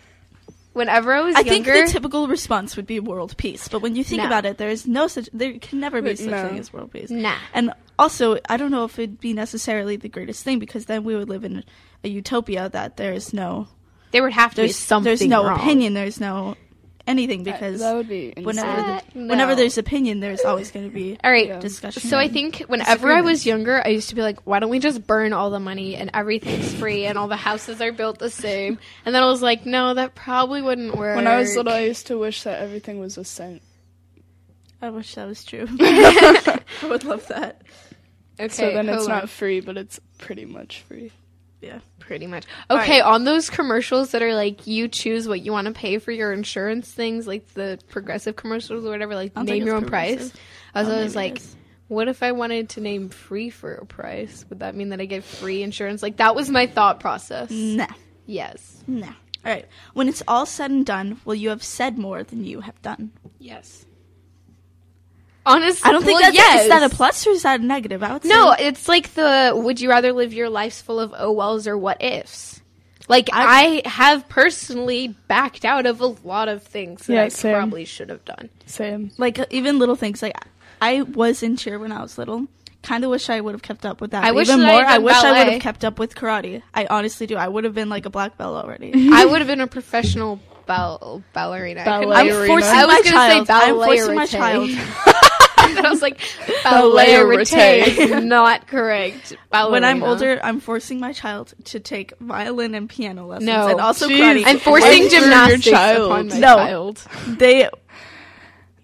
S2: whenever I was
S3: I think
S2: younger,
S3: the typical response would be world peace, but when you think
S2: No.
S3: about it, there is no such. There can never be
S4: Wait,
S3: such
S4: no.
S3: thing as world peace.
S2: Nah.
S3: And also, I don't know if it'd be necessarily the greatest thing because then we would live in a utopia that there is no,
S2: there would have to be
S3: there's
S2: something.
S3: there's no
S2: wrong.
S3: opinion, there's no anything because
S4: that would be
S3: whenever
S4: insane.
S2: Uh,
S3: the, whenever
S2: no.
S3: there's opinion, there's always going to be
S2: All right,
S3: discussion.
S2: So I
S3: and-
S2: think whenever I was younger, I used to be like, why don't we just burn all the money and everything's free and all the houses are built the same? And then I was like, no, that probably wouldn't work.
S4: When I was little, I used to wish that everything was a cent.
S3: I wish that was true. I would love that.
S2: okay,
S4: So then it's
S2: hold on.
S4: not free, but it's pretty much free.
S3: Yeah.
S2: pretty much. Okay, on those commercials that are like, you choose what you want to pay for your insurance things, like the progressive commercials or whatever, like
S3: don't think
S2: name your
S3: it's
S2: own price.
S3: Progressive.
S2: I was
S3: Oh,
S2: always
S3: maybe it
S2: like,
S3: is.
S2: what if I wanted to name free for a price? Would that mean that I get free insurance? Like that was my thought process.
S3: Nah.
S2: Yes.
S3: Nah. All right. When it's all said and done, will you have said more than you have done?
S2: Yes. Honestly,
S3: I don't think
S2: well,
S3: that's
S2: yes.
S3: is that a plus or is that a negative? I would say
S2: No, it's like the would you rather live your lives full of oh wells or what ifs. Like I, have personally backed out of a lot of things that
S4: Yeah,
S2: I
S4: same.
S2: probably should have done.
S4: Same.
S3: like uh, even little things. Like I was in cheer when I was little. Kind of wish I would have kept up with that.
S2: I
S3: but
S2: wish
S3: even
S2: that I
S3: more.
S2: had done
S3: I wish I would
S2: ballet.
S3: have kept up with karate. I honestly do. I would have been like a black belt already.
S2: I would have been a professional ball- ballerina. I couldn't-
S4: Ballerina.
S3: I'm forcing
S2: I was
S3: my
S2: gonna
S3: child.
S2: say
S3: I'm forcing my
S2: ballerite.
S3: child.
S2: I was like ballerina is not correct. Ballerina.
S3: When I'm older, I'm forcing my child to take violin and piano lessons,
S2: No.
S3: and also
S4: Jeez.
S3: karate.
S2: I'm forcing
S4: Wait for your
S2: gymnastics
S4: child.
S2: upon my
S3: No.
S2: child.
S3: they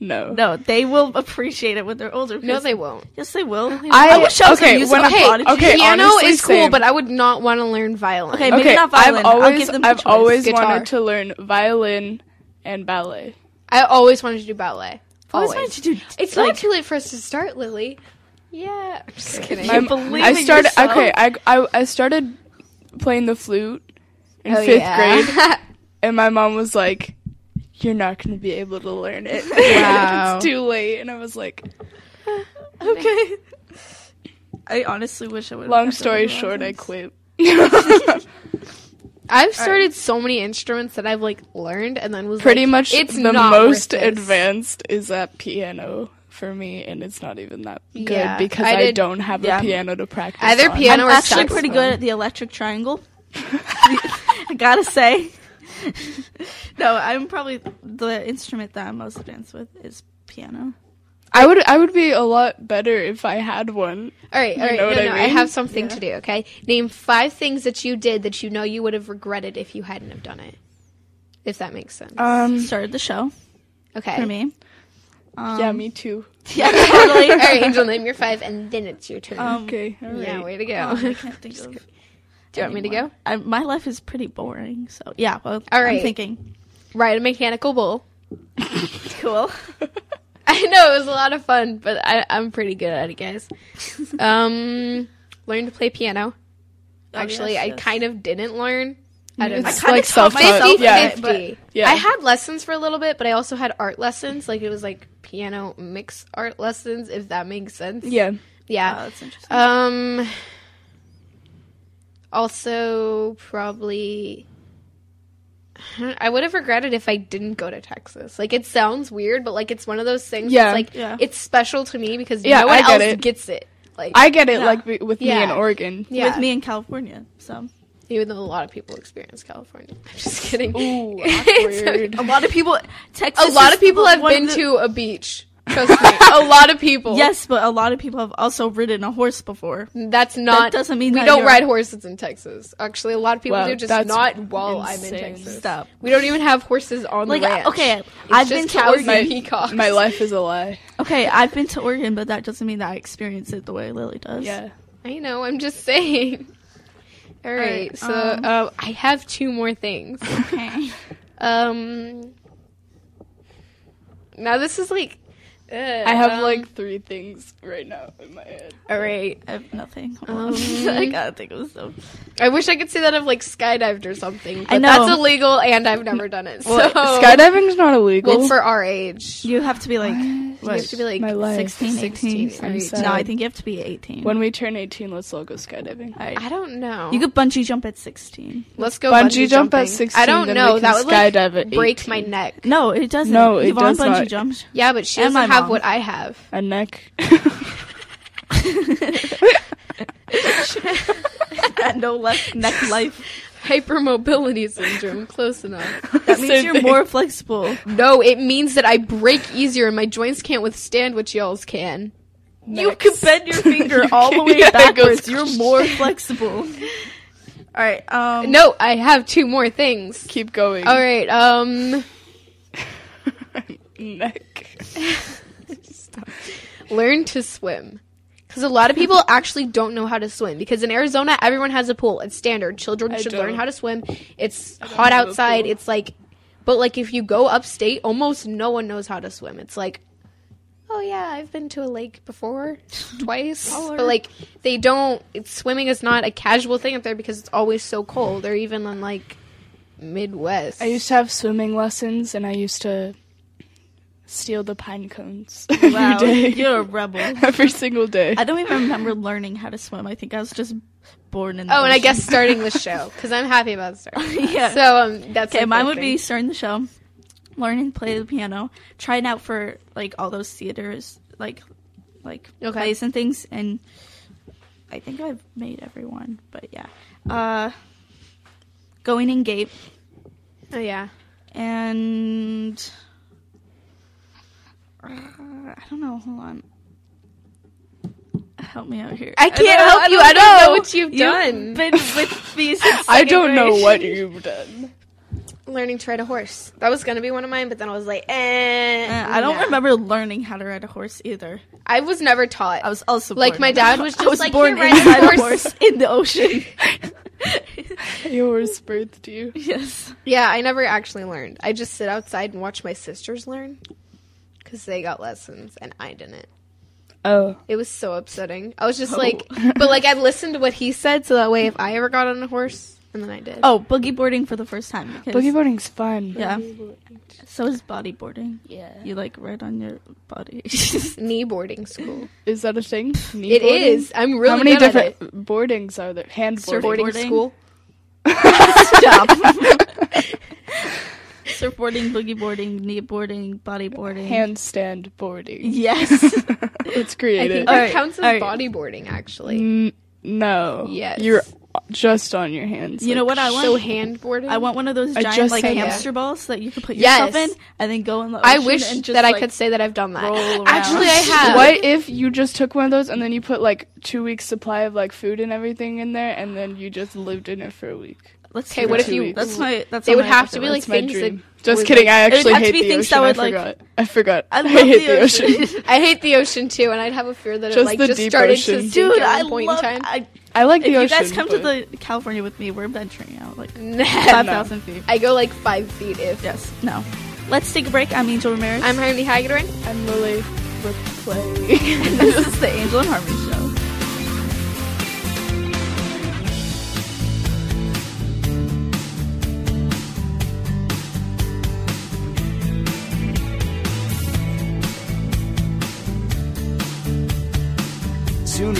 S4: No.
S3: no, they will appreciate it when they're older.
S2: No,
S3: because-
S2: they won't.
S3: Yes, they will.
S4: I-
S3: wish I was
S4: okay,
S3: okay, using
S4: when
S3: a
S4: I-
S3: prodigy.
S4: okay,
S2: piano
S4: honestly,
S2: is cool,
S4: same.
S2: but I would not want to learn violin.
S3: Okay, maybe
S4: Okay,
S3: not violin.
S4: I've
S3: I'll
S4: always,
S3: give them
S4: I've
S3: choice.
S4: always
S2: Guitar.
S4: wanted to learn violin and ballet.
S2: I always wanted to do ballet.
S3: always
S2: Always,
S3: wanted to do,
S2: It's
S3: like-
S2: not too late for us to start, Lily. Yeah, I'm just kidding.
S3: I'm- believe
S4: I
S3: in
S4: started.
S3: yourself?
S4: Okay, I, I I started playing the flute in
S2: Oh,
S4: fifth
S2: yeah.
S4: grade, and my mom was like, "You're not going to be able to learn it.
S2: Wow.
S4: it's too late." And I was like,
S3: Okay. I honestly wish I would.
S4: "Long story short, I quit."
S2: I've started so many instruments that I've like learned and then was
S4: Pretty
S2: like,
S4: much,
S2: It's
S4: the
S2: not
S4: most
S2: worth this.
S4: advanced is that piano for me, and it's not even that good
S2: Yeah,
S4: because
S2: I
S4: I,
S2: did-
S4: don't have
S3: yeah.
S4: a piano to practice.
S2: Either
S4: on.
S2: piano
S3: I'm
S2: or
S3: actually
S2: saxophone.
S3: pretty good at the electric triangle. I gotta say. no, I'm probably the instrument that I'm most advanced with is piano.
S4: I would I would be a lot better if I had one.
S2: All right, all right.
S4: know
S2: No,
S4: what
S2: no,
S4: I
S2: I,
S4: mean?
S2: have something to do. Okay, name five things that you did that you know you would have regretted if you hadn't have done it. If that makes sense.
S4: Um,
S3: Started the show
S2: okay.
S3: for me.
S4: yeah, me too.
S3: Yeah, totally.
S2: all right, Angel, name your five, and then it's your turn.
S4: Okay, all right.
S2: yeah, way to go.
S3: I can't think of.
S2: do you want me to go?
S3: anyone. I, my life is pretty boring, so yeah. Well,
S2: All
S3: I'm
S2: right.
S3: thinking
S2: Ride a mechanical bull.
S3: cool.
S2: I know it was a lot of fun, but I, I'm pretty good at it, guys. um, learn to play piano. Actually,
S3: Oh, yes,
S2: I
S3: yes. Mm-hmm.
S2: kind of didn't learn. I don't know.
S4: It's
S3: kinda
S4: like
S3: taught
S4: self
S3: myself
S4: taught.
S3: that,
S4: Yeah,
S3: but-
S2: 50.
S4: yeah.
S2: I had lessons for a little bit, but I also had art lessons. Like it was like piano mix art lessons, if that makes sense.
S4: yeah.
S2: Yeah.
S3: Oh, that's interesting.
S2: Um. Also, probably, I would have regretted if I didn't go to Texas. Like, it sounds weird, but like, it's one of those things.
S4: Yeah.
S2: that's like
S3: Yeah.
S2: it's special to me because
S4: Yeah,
S2: no one
S4: I get
S2: else
S4: it.
S2: gets it. Like,
S4: I get it. Like be- with me
S2: Yeah.
S4: in Oregon.
S2: yeah,
S3: With me in California, so
S2: even though a lot of people experience California. I'm just kidding.
S4: Ooh,
S2: It's okay.
S4: awkward.
S3: a lot of people.
S2: A
S3: Texas.
S2: lot
S3: is
S2: of people have
S3: one of
S2: been
S3: the-
S2: to a beach. Trust me, a lot of people.
S3: Yes, but a lot of people have also ridden a horse before.
S2: that's not.
S3: doesn't mean
S2: we
S3: that
S2: don't
S3: you're-
S2: ride horses in Texas. Actually, a lot of people
S4: Wow,
S2: do, just
S4: that's
S2: not while I'm in
S4: insane.
S2: Texas.
S3: Stop.
S2: We don't even have horses on
S3: Like
S2: the ranch.
S3: okay,
S2: It's
S3: I've
S2: just
S3: been to
S2: cows
S3: Oregon.
S2: and peacocks.
S4: My life is a lie.
S3: Okay, I've been to Oregon, but that doesn't mean that I experience it the way Lily does.
S4: Yeah.
S2: I know. I'm just saying. All right.
S3: right,
S2: so
S3: um,
S2: uh, I have two more things.
S3: Okay.
S2: Um. Now this is like. uh,
S4: I have
S2: um,
S4: like three things right now in my head.
S2: All right. Um,
S3: I have nothing. Hold on. I gotta think of some.
S2: I wish I could say that I've like skydived or something. But
S3: I know.
S2: That's illegal, and I've never done it. So
S4: Oh. Skydiving's not illegal.
S2: well, for our age,
S3: You have to be like.
S2: you have to be like
S4: My life.
S2: 16,
S3: 18,
S2: 18,
S4: I'm
S2: right?
S4: sorry.
S3: No, I think you have to be 18.
S4: when we turn 18, let's all go skydiving.
S2: I don't know.
S3: you could bungee jump at 16.
S2: Let's go
S4: Bungee
S2: bungee,
S4: jump at
S2: jumping.
S4: 16,
S2: I don't
S4: then
S2: know.
S4: we can
S2: That would like
S4: skydive at
S2: break
S4: 18.
S2: my neck.
S3: No, it doesn't.
S4: No, it
S3: Yvonne
S4: does
S3: bungee
S4: not.
S3: jumped.
S2: Yeah, but she
S3: And
S2: doesn't
S3: my
S2: have
S3: mom.
S2: what I have.
S4: A neck.
S3: no left neck life.
S2: Hypermobility syndrome. Close enough.
S3: That means
S4: Same
S3: you're
S4: thing.
S3: more flexible.
S2: No, it means that I break easier and my joints can't withstand what y'all's can.
S3: You could bend your finger all the way
S4: Yeah, it
S3: backwards.
S4: goes-
S3: You're more flexible. All right. Um.
S2: No, I have two more things.
S4: Keep going.
S2: All right. Um,
S4: Neck.
S2: learn to swim. Because a lot of people actually don't know how to swim. Because in Arizona, everyone has a pool. It's standard. Children
S4: I
S2: should
S4: don't.
S2: learn how to swim. It's hot
S4: have a
S2: outside.
S4: pool.
S2: It's like, but like if you go upstate, almost no one knows how to swim. It's like, oh yeah, I've been to a lake before, twice. but like they don't. It's, swimming is not a casual thing up there because it's always so cold. Or even in like Midwest.
S4: I used to have swimming lessons, and I used to steal the pine cones
S3: Wow.
S4: every day.
S3: You're a rebel.
S4: every single day.
S3: I don't even remember learning how to swim. I think I was just born in. The
S2: Oh, and I
S3: ocean.
S2: guess starting the show because I'm happy about starting. that.
S3: Yeah.
S2: So um, that's
S3: Okay,
S2: my
S3: mine
S2: first
S3: would be
S2: thing.
S3: starting the show, learning to play the piano, trying out for like all those theaters, like like
S2: Okay.
S3: plays and things, and I think I've made everyone, but yeah, uh, going in gate
S2: Oh yeah.
S3: and uh, I don't know. Hold on, help me out here.
S2: I can't help you. I don't know what you've done.
S3: Been with me since
S4: I
S3: second
S4: don't know
S3: grade.
S4: what you've done.
S2: Learning to ride a horse. That was gonna be one of mine, but then I was like, eh.
S3: Uh, I don't
S2: no.
S3: remember learning how to ride a horse either.
S2: I was never taught.
S3: I was also
S2: Like,
S3: born
S2: my
S3: in-
S2: dad was
S3: I
S2: just
S3: was
S2: like,
S3: born
S2: "Here, ride a
S3: inside a
S2: horse."
S3: horse in the ocean.
S4: Your horse birthed you.
S3: yes,
S2: yeah, I never actually learned. I just sit outside and watch my sisters learn because they got lessons and I didn't.
S4: Oh,
S2: It was so upsetting. I was
S3: Oh.
S2: just like, but like I listened to what he said, so that way if I ever got on a horse, and then I did.
S3: oh, boogie boarding for the first time. Because,
S4: boogie boarding's fun.
S3: yeah. So is bodyboarding. Yeah, you like ride on your body.
S2: knee boarding school.
S4: Is that a thing? Knee
S2: It
S4: boarding?
S2: is. I'm really
S4: How many
S2: good at it.
S4: different boardings are there? Hand
S3: Surfing.
S4: boarding.
S2: boarding,
S3: Boarding.
S2: school.
S3: Stop. Surfboarding, boogie boarding, knee boarding, body boarding.
S4: Handstand boarding.
S3: Yes.
S4: It's creative.
S3: think- All
S2: That
S3: right,
S2: counts as
S3: all right.
S2: bodyboarding, actually.
S4: N- no.
S2: Yes.
S4: You're just on your hands.
S3: you know what I want?
S2: So handboarding.
S3: Mm. I want one of those
S4: I
S3: giant
S4: just
S3: like
S4: said that.
S3: hamster balls that you can put
S2: Yes.
S3: yourself in and then go in the ocean
S2: I wish
S3: and just
S2: that
S3: like,
S2: I could say that I've done that.
S3: roll around.
S2: Actually, I have.
S4: What if you just took one of those and then you put like two weeks supply of like food and everything in there and then you just lived in it for a week?
S3: Let's
S2: Okay,
S3: do
S2: what
S3: that.
S2: if you-
S3: That's my. That's
S2: They
S3: on
S2: would
S3: my
S2: have to
S3: bucket
S2: be
S3: list.
S2: like
S4: It's
S2: things
S4: my dream.
S2: that
S4: Just
S2: would,
S4: kidding. I
S3: would
S4: actually
S3: have to
S4: hate
S3: be
S4: the
S3: things
S4: ocean.
S3: that
S4: I
S3: would, like-
S4: forgot. I forgot.
S3: I
S4: I,
S3: love the
S4: hate the ocean.
S2: I hate the ocean too, and I'd have a fear that it
S4: Just
S2: like
S4: the
S2: just
S4: deep
S2: started
S4: ocean.
S2: to sink
S3: Dude,
S2: at one
S3: I
S2: point
S3: love.
S2: in time.
S3: I,
S4: I like
S3: if
S4: the
S3: you
S4: ocean.
S3: guys come to
S4: but-
S3: the California with me, we're venturing out like
S2: Nah.
S3: five thousand feet.
S2: I go like five feet if.
S3: Yes. No. Let's take a break. I'm Angel Ramirez.
S2: I'm Harmony Hagedorn.
S4: I'm really replay.
S3: and this is the Angel and Harmony Show.
S7: Tune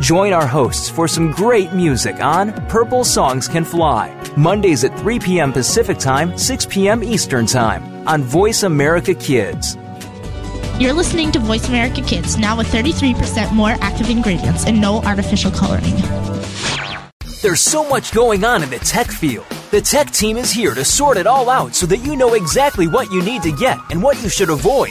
S7: Join our hosts for some great music on Purple Songs Can Fly, Mondays at 3 p.m. Pacific Time, 6 p.m. Eastern Time on Voice America Kids.
S6: You're listening to Voice America Kids, now with 33% more active ingredients and no artificial coloring.
S7: There's so much going on in the tech field. The tech team is here to sort it all out so that you know exactly what you need to get and what you should avoid.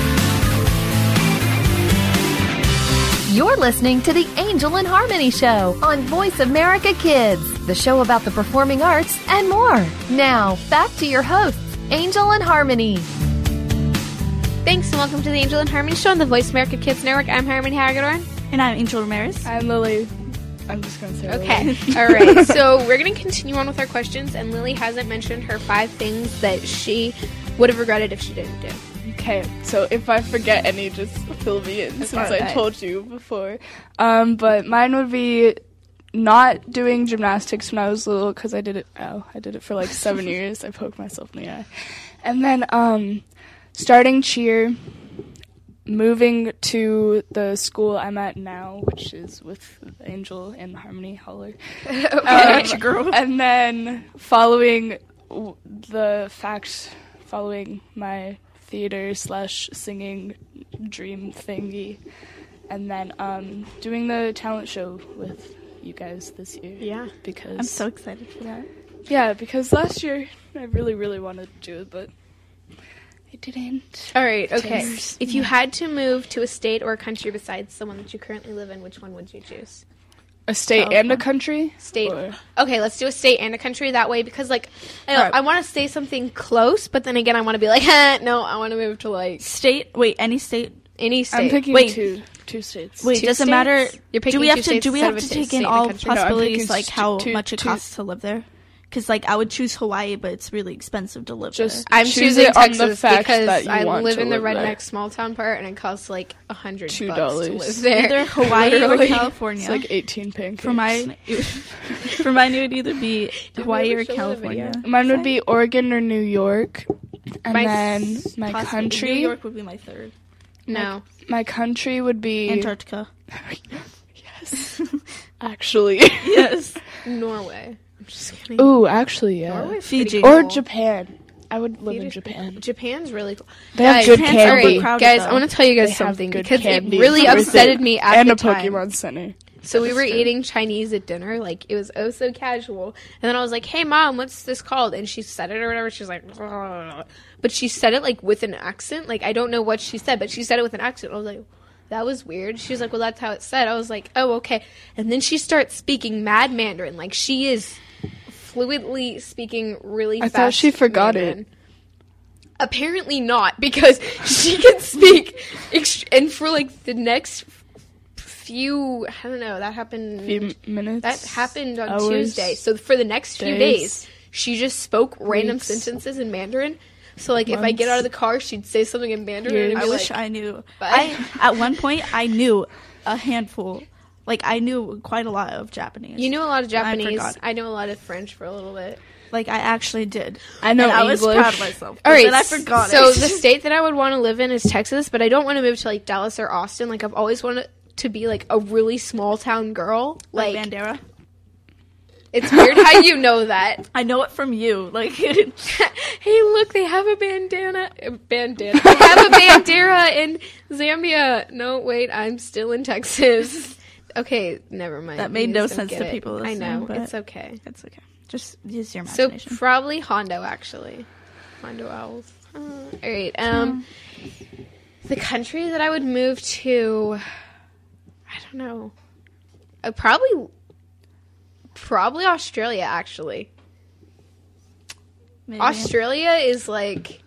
S1: You're listening to the Angel and Harmony Show on Voice America Kids, the show about the performing arts and more. Now, back to your hosts, Angel and Harmony.
S2: Thanks and welcome to the Angel and Harmony Show on the Voice America Kids Network. I'm Harmony Hagedorn.
S3: And I'm Angel Ramirez.
S4: I'm Lily. I'm just gonna say. Lily.
S2: Okay. All right. So we're going to continue on with our questions, and Lily hasn't mentioned her five things that she would have regretted if she didn't do.
S4: Okay, so if I forget any, just fill me in since I
S3: right.
S4: told you before. Um, but mine would be not doing gymnastics when I was little because I did it. Oh, I did it for like seven years. I poked myself in the eye, and then um, starting cheer, moving to the school I'm at now, which is with Angel and Harmony Holler. Um, and then following w- the fact, following my theater slash singing dream thingy, and then um, doing the talent show with you guys this year.
S2: Yeah.
S4: because
S3: I'm so excited for that.
S4: yeah because last year I really really wanted to do it, but I didn't.
S2: All right. Okay. If you had to move to a state or a country besides the one that you currently live in, which one would you choose?
S4: A state and a country.
S2: State.
S4: Or-
S2: Okay, let's do a state and a country that way because, like, I, know,
S4: All right.
S2: I want to say something close, but then again, I want to be like, "Huh, no, I want to move to like
S3: State? Wait, any state?
S2: any state.
S4: I'm picking
S3: Wait.
S4: two two states.
S3: Wait,
S2: Two
S3: doesn't matter.
S2: states? You're
S3: do
S2: picking
S3: we have
S2: two
S3: to
S2: states
S3: do we
S2: instead
S3: have
S2: of a
S3: to
S2: state-
S3: take
S2: state in
S3: in
S2: the
S3: all
S2: country? No,
S4: I'm
S3: possibilities,
S4: picking
S3: like
S4: two-
S3: how
S4: two-
S3: much it
S4: two-
S3: costs to live there? Because like I would choose Hawaii, but it's really expensive to live
S4: Just
S2: I'm
S4: choose
S2: choosing
S4: it on the
S2: Texas
S4: fact
S2: because
S4: that you
S2: I
S4: want
S2: live
S4: to
S2: in the
S4: live
S2: redneck
S4: there.
S2: small town part, and it costs like a hundred
S4: Two
S2: dollars to live
S4: dollars.
S2: there.
S3: there. Either Hawaii
S4: Literally.
S3: or California.
S4: It's like 18 pancakes.
S3: for mine, for mine it would either be Hawaii or California.
S4: Mine would be Oregon or New York, and
S2: My
S4: then
S2: s-
S4: my
S3: Possibly-
S4: country.
S3: New York would be my third.
S2: no,
S4: My country would be
S3: Antarctica.
S4: actually.
S3: Yes.
S2: Norway. I'm just kidding.
S4: Ooh, actually, yeah.
S2: Norway's
S3: Fiji.
S2: pretty
S4: Or
S2: cool.
S4: Japan. I would live in
S2: Fiji-
S4: Japan.
S2: Japan's really cool.
S4: They have
S2: Guys,
S4: good
S3: Japan's
S4: candy.
S2: Sorry,
S3: overcrowded,
S2: guys,
S3: though.
S2: I want to tell you
S4: They
S2: guys
S4: have
S2: something
S4: good
S2: because it
S4: candy.
S2: really
S4: Everything.
S2: upsetted me at
S4: and
S2: the
S4: a
S2: time.
S4: Pokemon Center.
S2: So we were eating Chinese at dinner, like it was oh so casual. And then I was like, "Hey mom, what's this called?" And she said it or whatever. She's like, "Ugh." but she said it like with an accent. Like I don't know what she said, but she said it with an accent. I was like, that was weird. She was like, well, that's how it's said. I was like, oh okay. And then she starts speaking mad Mandarin, like she is fluently speaking really.
S4: I
S2: fast
S4: thought she forgot it.
S2: Mandarin. Apparently not, because she can speak, ext- and for like the next few I don't know that happened
S4: Few m- minutes.
S2: that happened on
S4: hours.
S2: Tuesday so for the next few
S4: days,
S2: days she just spoke random
S4: weeks,
S2: sentences in Mandarin so like if I get out of the car she'd say something in Mandarin and
S4: Years.
S2: it'd
S3: I
S2: be
S3: wish
S2: like,
S3: I knew.
S2: Bye.
S3: I at one point I knew a handful. Like I knew quite a lot of Japanese.
S2: you knew a lot of
S3: I
S2: Japanese
S3: forgot.
S2: I, know a lot of French for a little bit
S3: Like I actually did.
S4: I know
S3: And I was
S4: English.
S3: proud of myself.
S2: all right
S3: But I forgot
S2: so
S3: it.
S2: the state that I would want to live in is Texas but I don't want to move to like Dallas or Austin like I've always wanted to be like a really small town girl
S3: like
S2: like
S3: Bandera.
S2: it's weird how you know that
S3: I know it from you. Like
S2: hey, look, they have a bandana. uh, Bandana. They have a bandera in Zambia. No, wait, I'm still in Texas. Okay, never mind.
S3: That made
S2: You
S3: no
S2: just don't
S3: sense
S2: get
S3: to
S2: it.
S3: people
S2: I
S3: listening,
S2: know
S3: but-
S2: it's okay.
S3: that's okay. Just use your
S2: So
S3: imagination.
S2: probably Hondo actually. Hondo owls. Uh, all right. Um, the country that I would move to, I don't know. Uh, probably, probably Australia actually.
S3: Maybe.
S2: Australia is like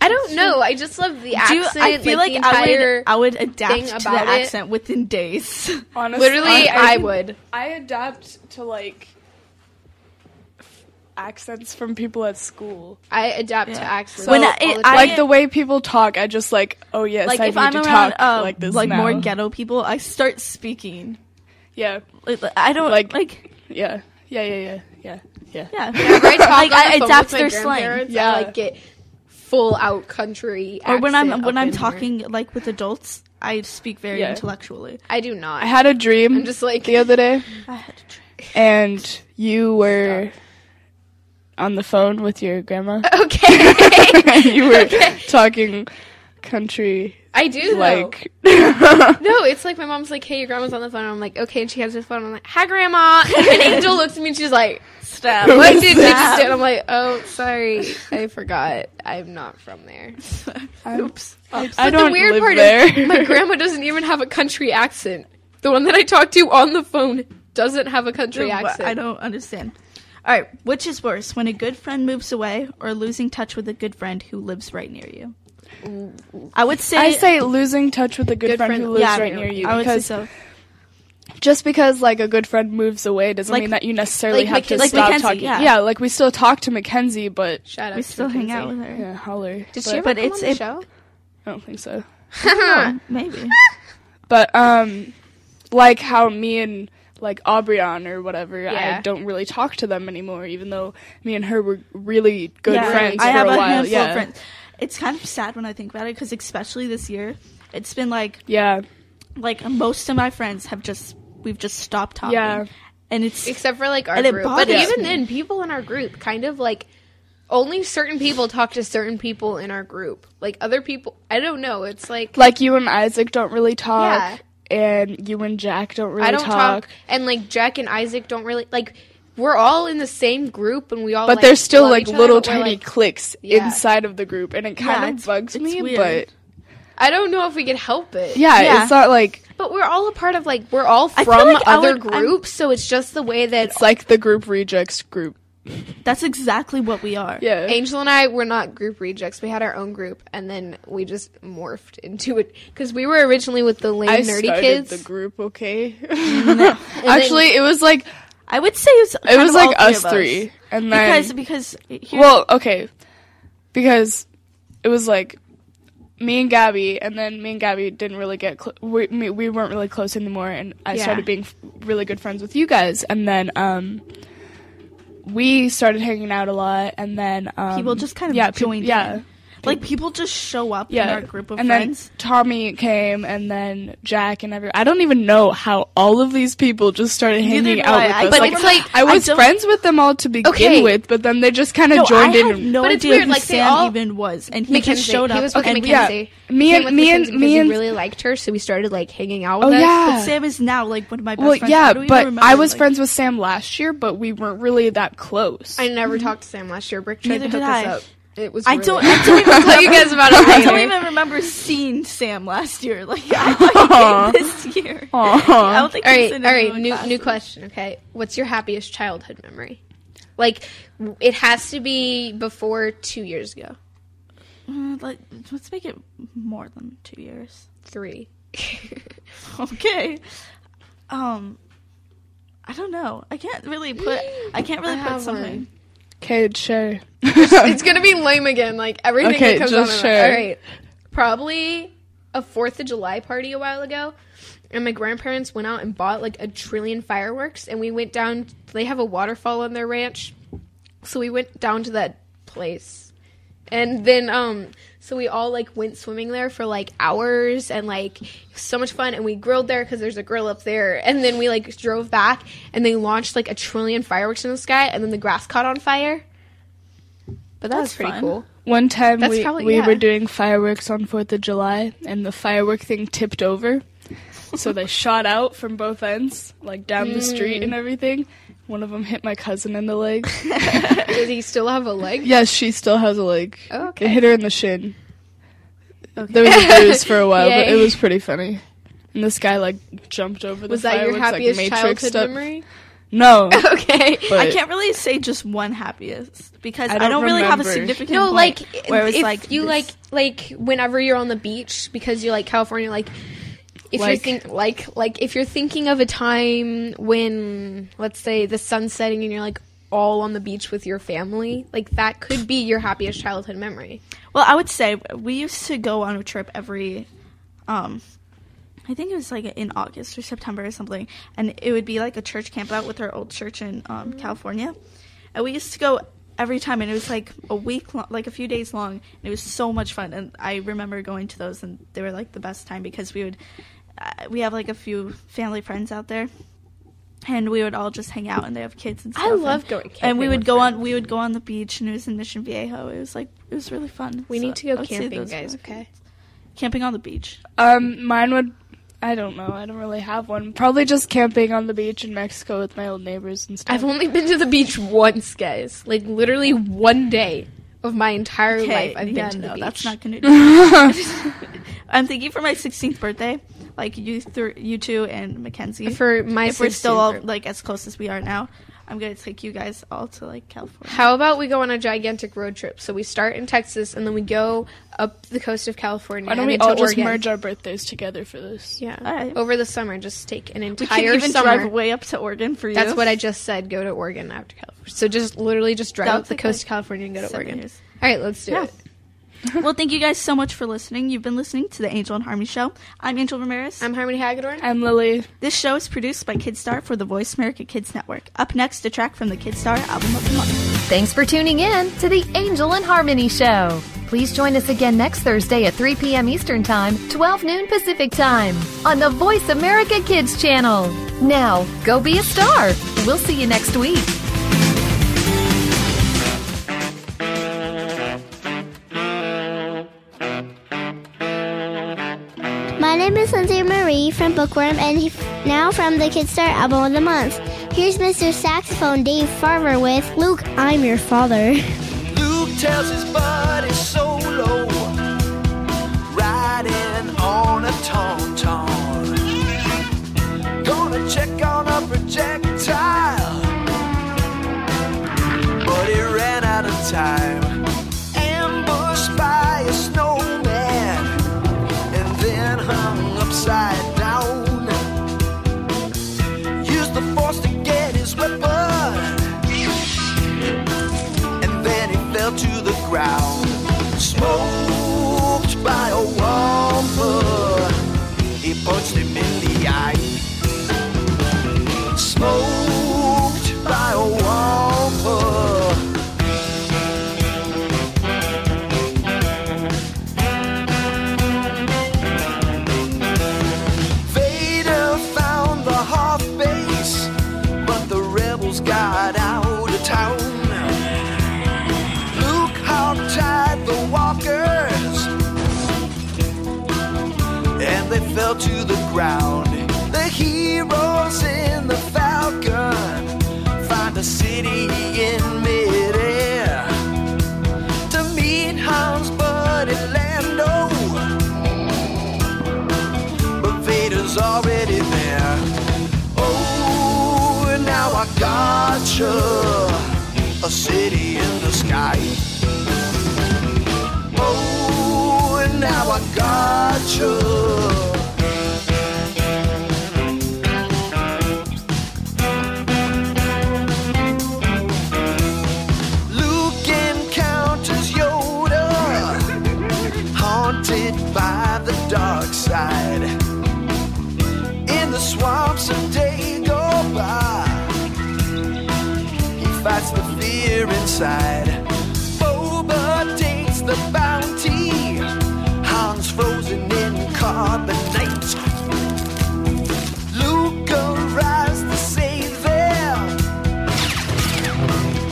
S2: I don't know. I just love the
S3: Do you-
S2: accent.
S3: I feel
S2: like,
S3: like,
S2: the
S3: I
S2: entire
S3: would I would
S2: thing
S3: adapt to the
S2: about it.
S3: accent within days.
S4: Honestly,
S2: literally I,
S4: I
S2: would.
S4: I adapt to like accents from people at school.
S2: I adapt to accents.
S3: When
S2: all
S3: I-
S2: the
S3: I-
S2: time.
S4: like the way people talk, I just like, oh yes,
S3: Like
S4: I
S3: if
S4: need
S3: I'm
S4: to
S3: around
S4: talk
S3: uh,
S4: like this
S3: like
S4: now.
S3: more ghetto people, I start speaking.
S4: Yeah,
S3: Like, I don't
S4: Like-
S3: like like
S4: yeah, yeah, yeah, yeah, yeah, yeah.
S3: yeah.
S2: Whenever I talk
S3: like,
S2: on the
S3: I
S2: phone
S3: adapt
S2: with my
S3: their slang.
S2: grandparents,
S4: Yeah.
S2: I like get full out country.
S3: Or when I'm
S2: accent
S3: when
S2: up
S3: I'm
S2: in there.
S3: talking like with adults, I speak very
S4: Yeah.
S3: intellectually.
S2: I do not.
S4: I had a dream
S2: I'm just like-
S4: the other day,
S3: I had to try.
S4: and you were on the phone with your grandma.
S2: okay,
S4: you were talking country
S2: I do
S3: Oh.
S2: though.
S4: like
S2: No, it's like my mom's like, "Hey, your grandma's on the phone." I'm like, "Okay," and she has her phone. I'm like, "Hi, grandma." And Angel looks at me and she's like,
S3: Stop.
S2: "What did you do?" And I'm like, "Oh, sorry, I forgot. I'm not from there."
S3: Oops.
S4: I don't
S2: the weird
S4: live
S2: part
S4: there.
S2: is my grandma doesn't even have a country accent. The one that I talked to on the phone doesn't have a country
S3: Wha-
S2: accent.
S3: I don't understand. All right, which is worse, when a good friend moves away or losing touch with a good friend who lives right near you? I would say
S4: I say losing touch with a good,
S2: Good
S4: friend,
S2: friend
S4: who lives
S2: lives
S4: right near you.
S3: I would say
S4: because
S3: so.
S4: just because like a good friend moves away doesn't
S3: Like-
S4: mean that you necessarily
S2: like
S4: have to
S2: Mackenzie. Like
S4: stop
S3: Mackenzie,
S4: talking.
S3: yeah.
S4: like we still talk to Mackenzie, but
S2: Shout out.
S3: We
S2: to
S3: still hang out
S2: Mackenzie.
S3: with her.
S4: yeah, holler.
S2: Did
S4: but
S2: she ever
S3: But
S2: come on
S3: it's-
S2: the
S3: it-
S2: show?
S4: I don't think so.
S3: Oh, maybe.
S4: But um, like how me and like Aubryon or whatever,
S2: Yeah.
S4: I don't really talk to them anymore, even though me and her were really good
S3: Yeah,
S4: friends
S3: I
S4: for
S3: have
S4: a while.
S3: handful
S4: yeah,
S3: of friends. It's kind of sad when I think about it because especially this year, it's been like
S4: yeah,
S3: like most of my friends have just we've just stopped talking.
S4: Yeah.
S3: And it's
S2: except for like our
S3: And it
S2: group. But
S3: bothers
S2: even
S3: me.
S2: then, people in our group kind of like only certain people talk to certain people in our group. Like other people, I don't know. It's like,
S4: like you and Isaac don't really talk,
S2: Yeah.
S4: and you and Jack don't really
S2: I don't
S4: talk.
S2: talk. and like Jack and Isaac don't really like. We're all in the same group, and we all.
S4: but
S2: like,
S4: there's still
S2: love
S4: like
S2: each other,
S4: little
S2: but we're,
S4: tiny
S2: like,
S4: cliques
S2: Yeah.
S4: inside of the group, and it kind
S3: Yeah,
S4: of
S3: it's-
S4: bugs
S3: it's
S4: me.
S3: weird.
S4: But
S2: I don't know if we could help it.
S4: yeah,
S3: Yeah.
S4: it's not like
S2: but we're all a part of like we're all
S3: I feel
S2: from
S3: like I
S2: other
S3: would- I'm-
S2: groups, so it's just the way that
S4: it's like the group rejects group.
S3: that's exactly what we are.
S4: Yeah,
S2: Angel and I were not group rejects. We had our own group, and then we just morphed into it because we were originally with the lame
S4: I
S2: nerdy
S4: started
S2: kids.
S4: the group. Okay, actually, it was like
S3: I would say it's
S4: it was like us three, and
S3: Because
S4: then
S3: because here,
S4: well, okay, because it was like me and Gabby, and then me and Gabby didn't really get cl- we me, we weren't really close anymore, and I
S2: Yeah.
S4: started being f- really good friends with you guys, and then um, we started hanging out a lot, and then um,
S3: people just kind of
S4: yeah, peop-
S3: joined
S4: yeah.
S3: in. Like people just show up in
S4: Yeah,
S3: our group of
S4: and
S3: friends.
S4: then Tommy came, and then Jack, and every I don't even know how all of these people just started hanging
S3: do
S4: out
S3: I.
S4: with
S3: I-
S4: us.
S3: but
S4: like,
S2: it's like,
S4: I
S3: I
S4: was
S3: don't-
S4: friends with them all to begin
S2: Okay.
S4: with, but then they just kind of joined
S3: I
S4: in.
S3: had
S4: and-
S3: no
S2: But it's
S3: idea
S2: weird,
S3: who
S2: like, they
S3: Sam
S2: all-
S3: even was, and he
S2: Mackenzie.
S3: just showed up.
S2: He was with
S3: and
S2: Mackenzie. Mackenzie.
S4: yeah. Me
S2: He
S4: and-
S2: was
S4: me
S2: with
S4: and-
S2: Mackenzie
S4: me
S2: because
S4: and-
S2: we really liked her, so we started like hanging out with
S4: Oh
S2: us.
S4: yeah.
S3: Sam is now like one of my best
S4: well,
S3: friends.
S4: yeah,
S3: How do we even
S4: but
S3: remember,
S4: I was
S3: like-
S4: friends with Sam last year, but we weren't really that close.
S2: I never talked to Sam last year. Brick tried
S3: Mm-hmm. Neither
S2: to hook
S3: did
S2: us
S3: I.
S2: up. It was.
S3: I
S2: really-
S3: don't. I don't even
S2: tell you guys about it
S3: I
S2: later.
S3: don't even remember seeing Sam last year. Like I like, this year. I don't think
S2: All right,
S3: he's
S2: all
S3: in
S2: right.
S3: anyone
S2: New
S3: class.
S2: new question. Okay, what's your happiest childhood memory? Like, w- it has to be before two years ago.
S3: Mm, like, let's make it more than two years.
S2: Three.
S3: Okay. Um, I don't know. I can't really put. I can't really
S2: I
S3: put
S2: have
S3: something.
S4: Okay, sure.
S2: it's gonna be lame again. Like everything
S4: Okay,
S2: that comes
S4: just
S2: on.
S4: share.
S2: All right, probably a Fourth of July party a while ago, and my grandparents went out and bought like a trillion fireworks, and we went down. They have a waterfall on their ranch, so we went down to that place, and then um. So we all like went swimming there for like hours and like so much fun and we grilled there because there's a grill up there and then we like drove back and they launched like a trillion fireworks in the sky and then the grass caught on fire. But that
S3: That's
S2: was pretty
S3: fun.
S2: cool.
S4: One time
S2: That's
S4: we,
S2: probably-
S4: we
S2: yeah.
S4: were doing fireworks on 4th of July, and the firework thing tipped over. so they shot out from both ends, like down the street
S2: Mm.
S4: and everything. One of them hit my cousin in the leg.
S2: Does he still have a leg?
S4: yes, she still has a leg.
S2: Oh,
S4: It
S2: okay.
S4: hit her in the shin. There was a bruise for a while, but
S2: Yay.
S4: it was pretty funny. And this guy like jumped over the
S2: Was that your
S4: fireworks, like,
S2: happiest
S4: Matrix
S2: childhood
S4: stuff.
S2: memory?
S4: No,
S2: Okay.
S4: but
S3: I can't really say just one happiest because I
S4: I
S3: don't,
S4: don't
S3: really have a
S4: remember.
S3: significant.
S2: No,
S3: point
S2: like
S3: where it was
S2: if
S3: like
S2: you
S3: this.
S2: like like whenever you're on the beach because you like California like if
S4: Like-
S2: you're think like like if you're thinking of a time when let's say the sun's setting and you're like all on the beach with your family, like that could be your happiest childhood memory.
S3: Well, I would say we used to go on a trip every, um, I think it was like in August or September or something, and it would be like a church campout with our old church in um,
S2: Mm-hmm.
S3: California, and we used to go every time, and it was like a week, long, like a few days long, and it was so much fun, and I remember going to those, and they were like the best time because we would, uh, we have like a few family friends out there. And we would all just hang out, and they have kids and stuff.
S2: I love
S3: and,
S2: going
S3: And we
S2: camping
S3: would
S2: with
S3: go on. We would go on the beach, and it was in Mission Viejo. It was like it was really fun.
S2: We
S3: So
S2: need to go
S3: I would say
S2: camping,
S3: those
S2: guys.
S3: were-
S2: Okay.
S3: Camping on the beach.
S4: Um, mine would. I don't know. I don't really have one. Probably just camping on the beach in Mexico with my old neighbors and stuff.
S2: I've only been to the beach once, guys. Like literally one day of my entire life. I've been
S3: yeah,
S2: to the
S3: no,
S2: beach.
S3: that's not gonna. Do I'm thinking for my 16th birthday, like you, th- you two, and Mackenzie.
S2: for my.
S3: if we're still
S2: 16th
S3: all
S2: birthday.
S3: like as close as we are now, I'm gonna take you guys all to like California.
S2: How about we go on a gigantic road trip? So we start in Texas and then we go up the coast of California.
S4: Why don't
S2: and
S4: we
S2: into
S4: all just
S2: Oregon.
S4: merge our birthdays together for this?
S2: Yeah.
S3: All right.
S2: Over the summer, just take an
S3: We
S2: entire
S3: can even
S2: summer.
S3: drive way up to Oregon for you.
S2: That's what I just said. Go to Oregon after California. So just literally just drive
S3: That would
S2: up the
S3: take,
S2: coast
S3: like,
S2: of California and go to
S3: seven
S2: Oregon.
S3: years.
S2: All right, let's do
S3: Yeah.
S2: it.
S3: well, thank you guys so much for listening. You've been listening to the Angel and Harmony Show. I'm Angel Ramirez.
S2: I'm Harmony Hagedorn.
S4: I'm Lily.
S3: this show is produced by Kidstar for the Voice America Kids Network. Up next, a track from the Kidstar album of the month.
S1: Thanks for tuning in to the Angel and Harmony Show. Please join us again next Thursday at 3 p.m. Eastern Time, 12 noon Pacific Time on the Voice America Kids channel. Now, go be a star. We'll see you next week.
S8: My name is Lindsay Marie from Bookworm and he- now from the Kidstar Album of the Month. Here's Mr. Saxophone Dave Farmer with Luke, I'm your father.
S9: Luke tells his buddy solo, riding on a tauntaun. Gonna check on a projectile, but he ran out of time. Ambushed by a snowman, and then hung upside down. Used the force to get his weapon and then he fell to the ground. Smoked by a whopper, he punched him in the eye. Smoked by a whopper. Vader found the half base, but the rebels got out of town. Luke hogtied the walkers and they fell to the ground. The heroes in the Falcon find a city in midair to meet Hans Buddy Lando. But Vader's already there. Oh, now I gotcha a city in the sky. Oh, and now I got you. Luke encounters Yoda, haunted by the dark side. In the swamps of Dagobah he fights the fear inside. Boba dates the bounty. Hans frozen in carbonite. Luke arrives to save them.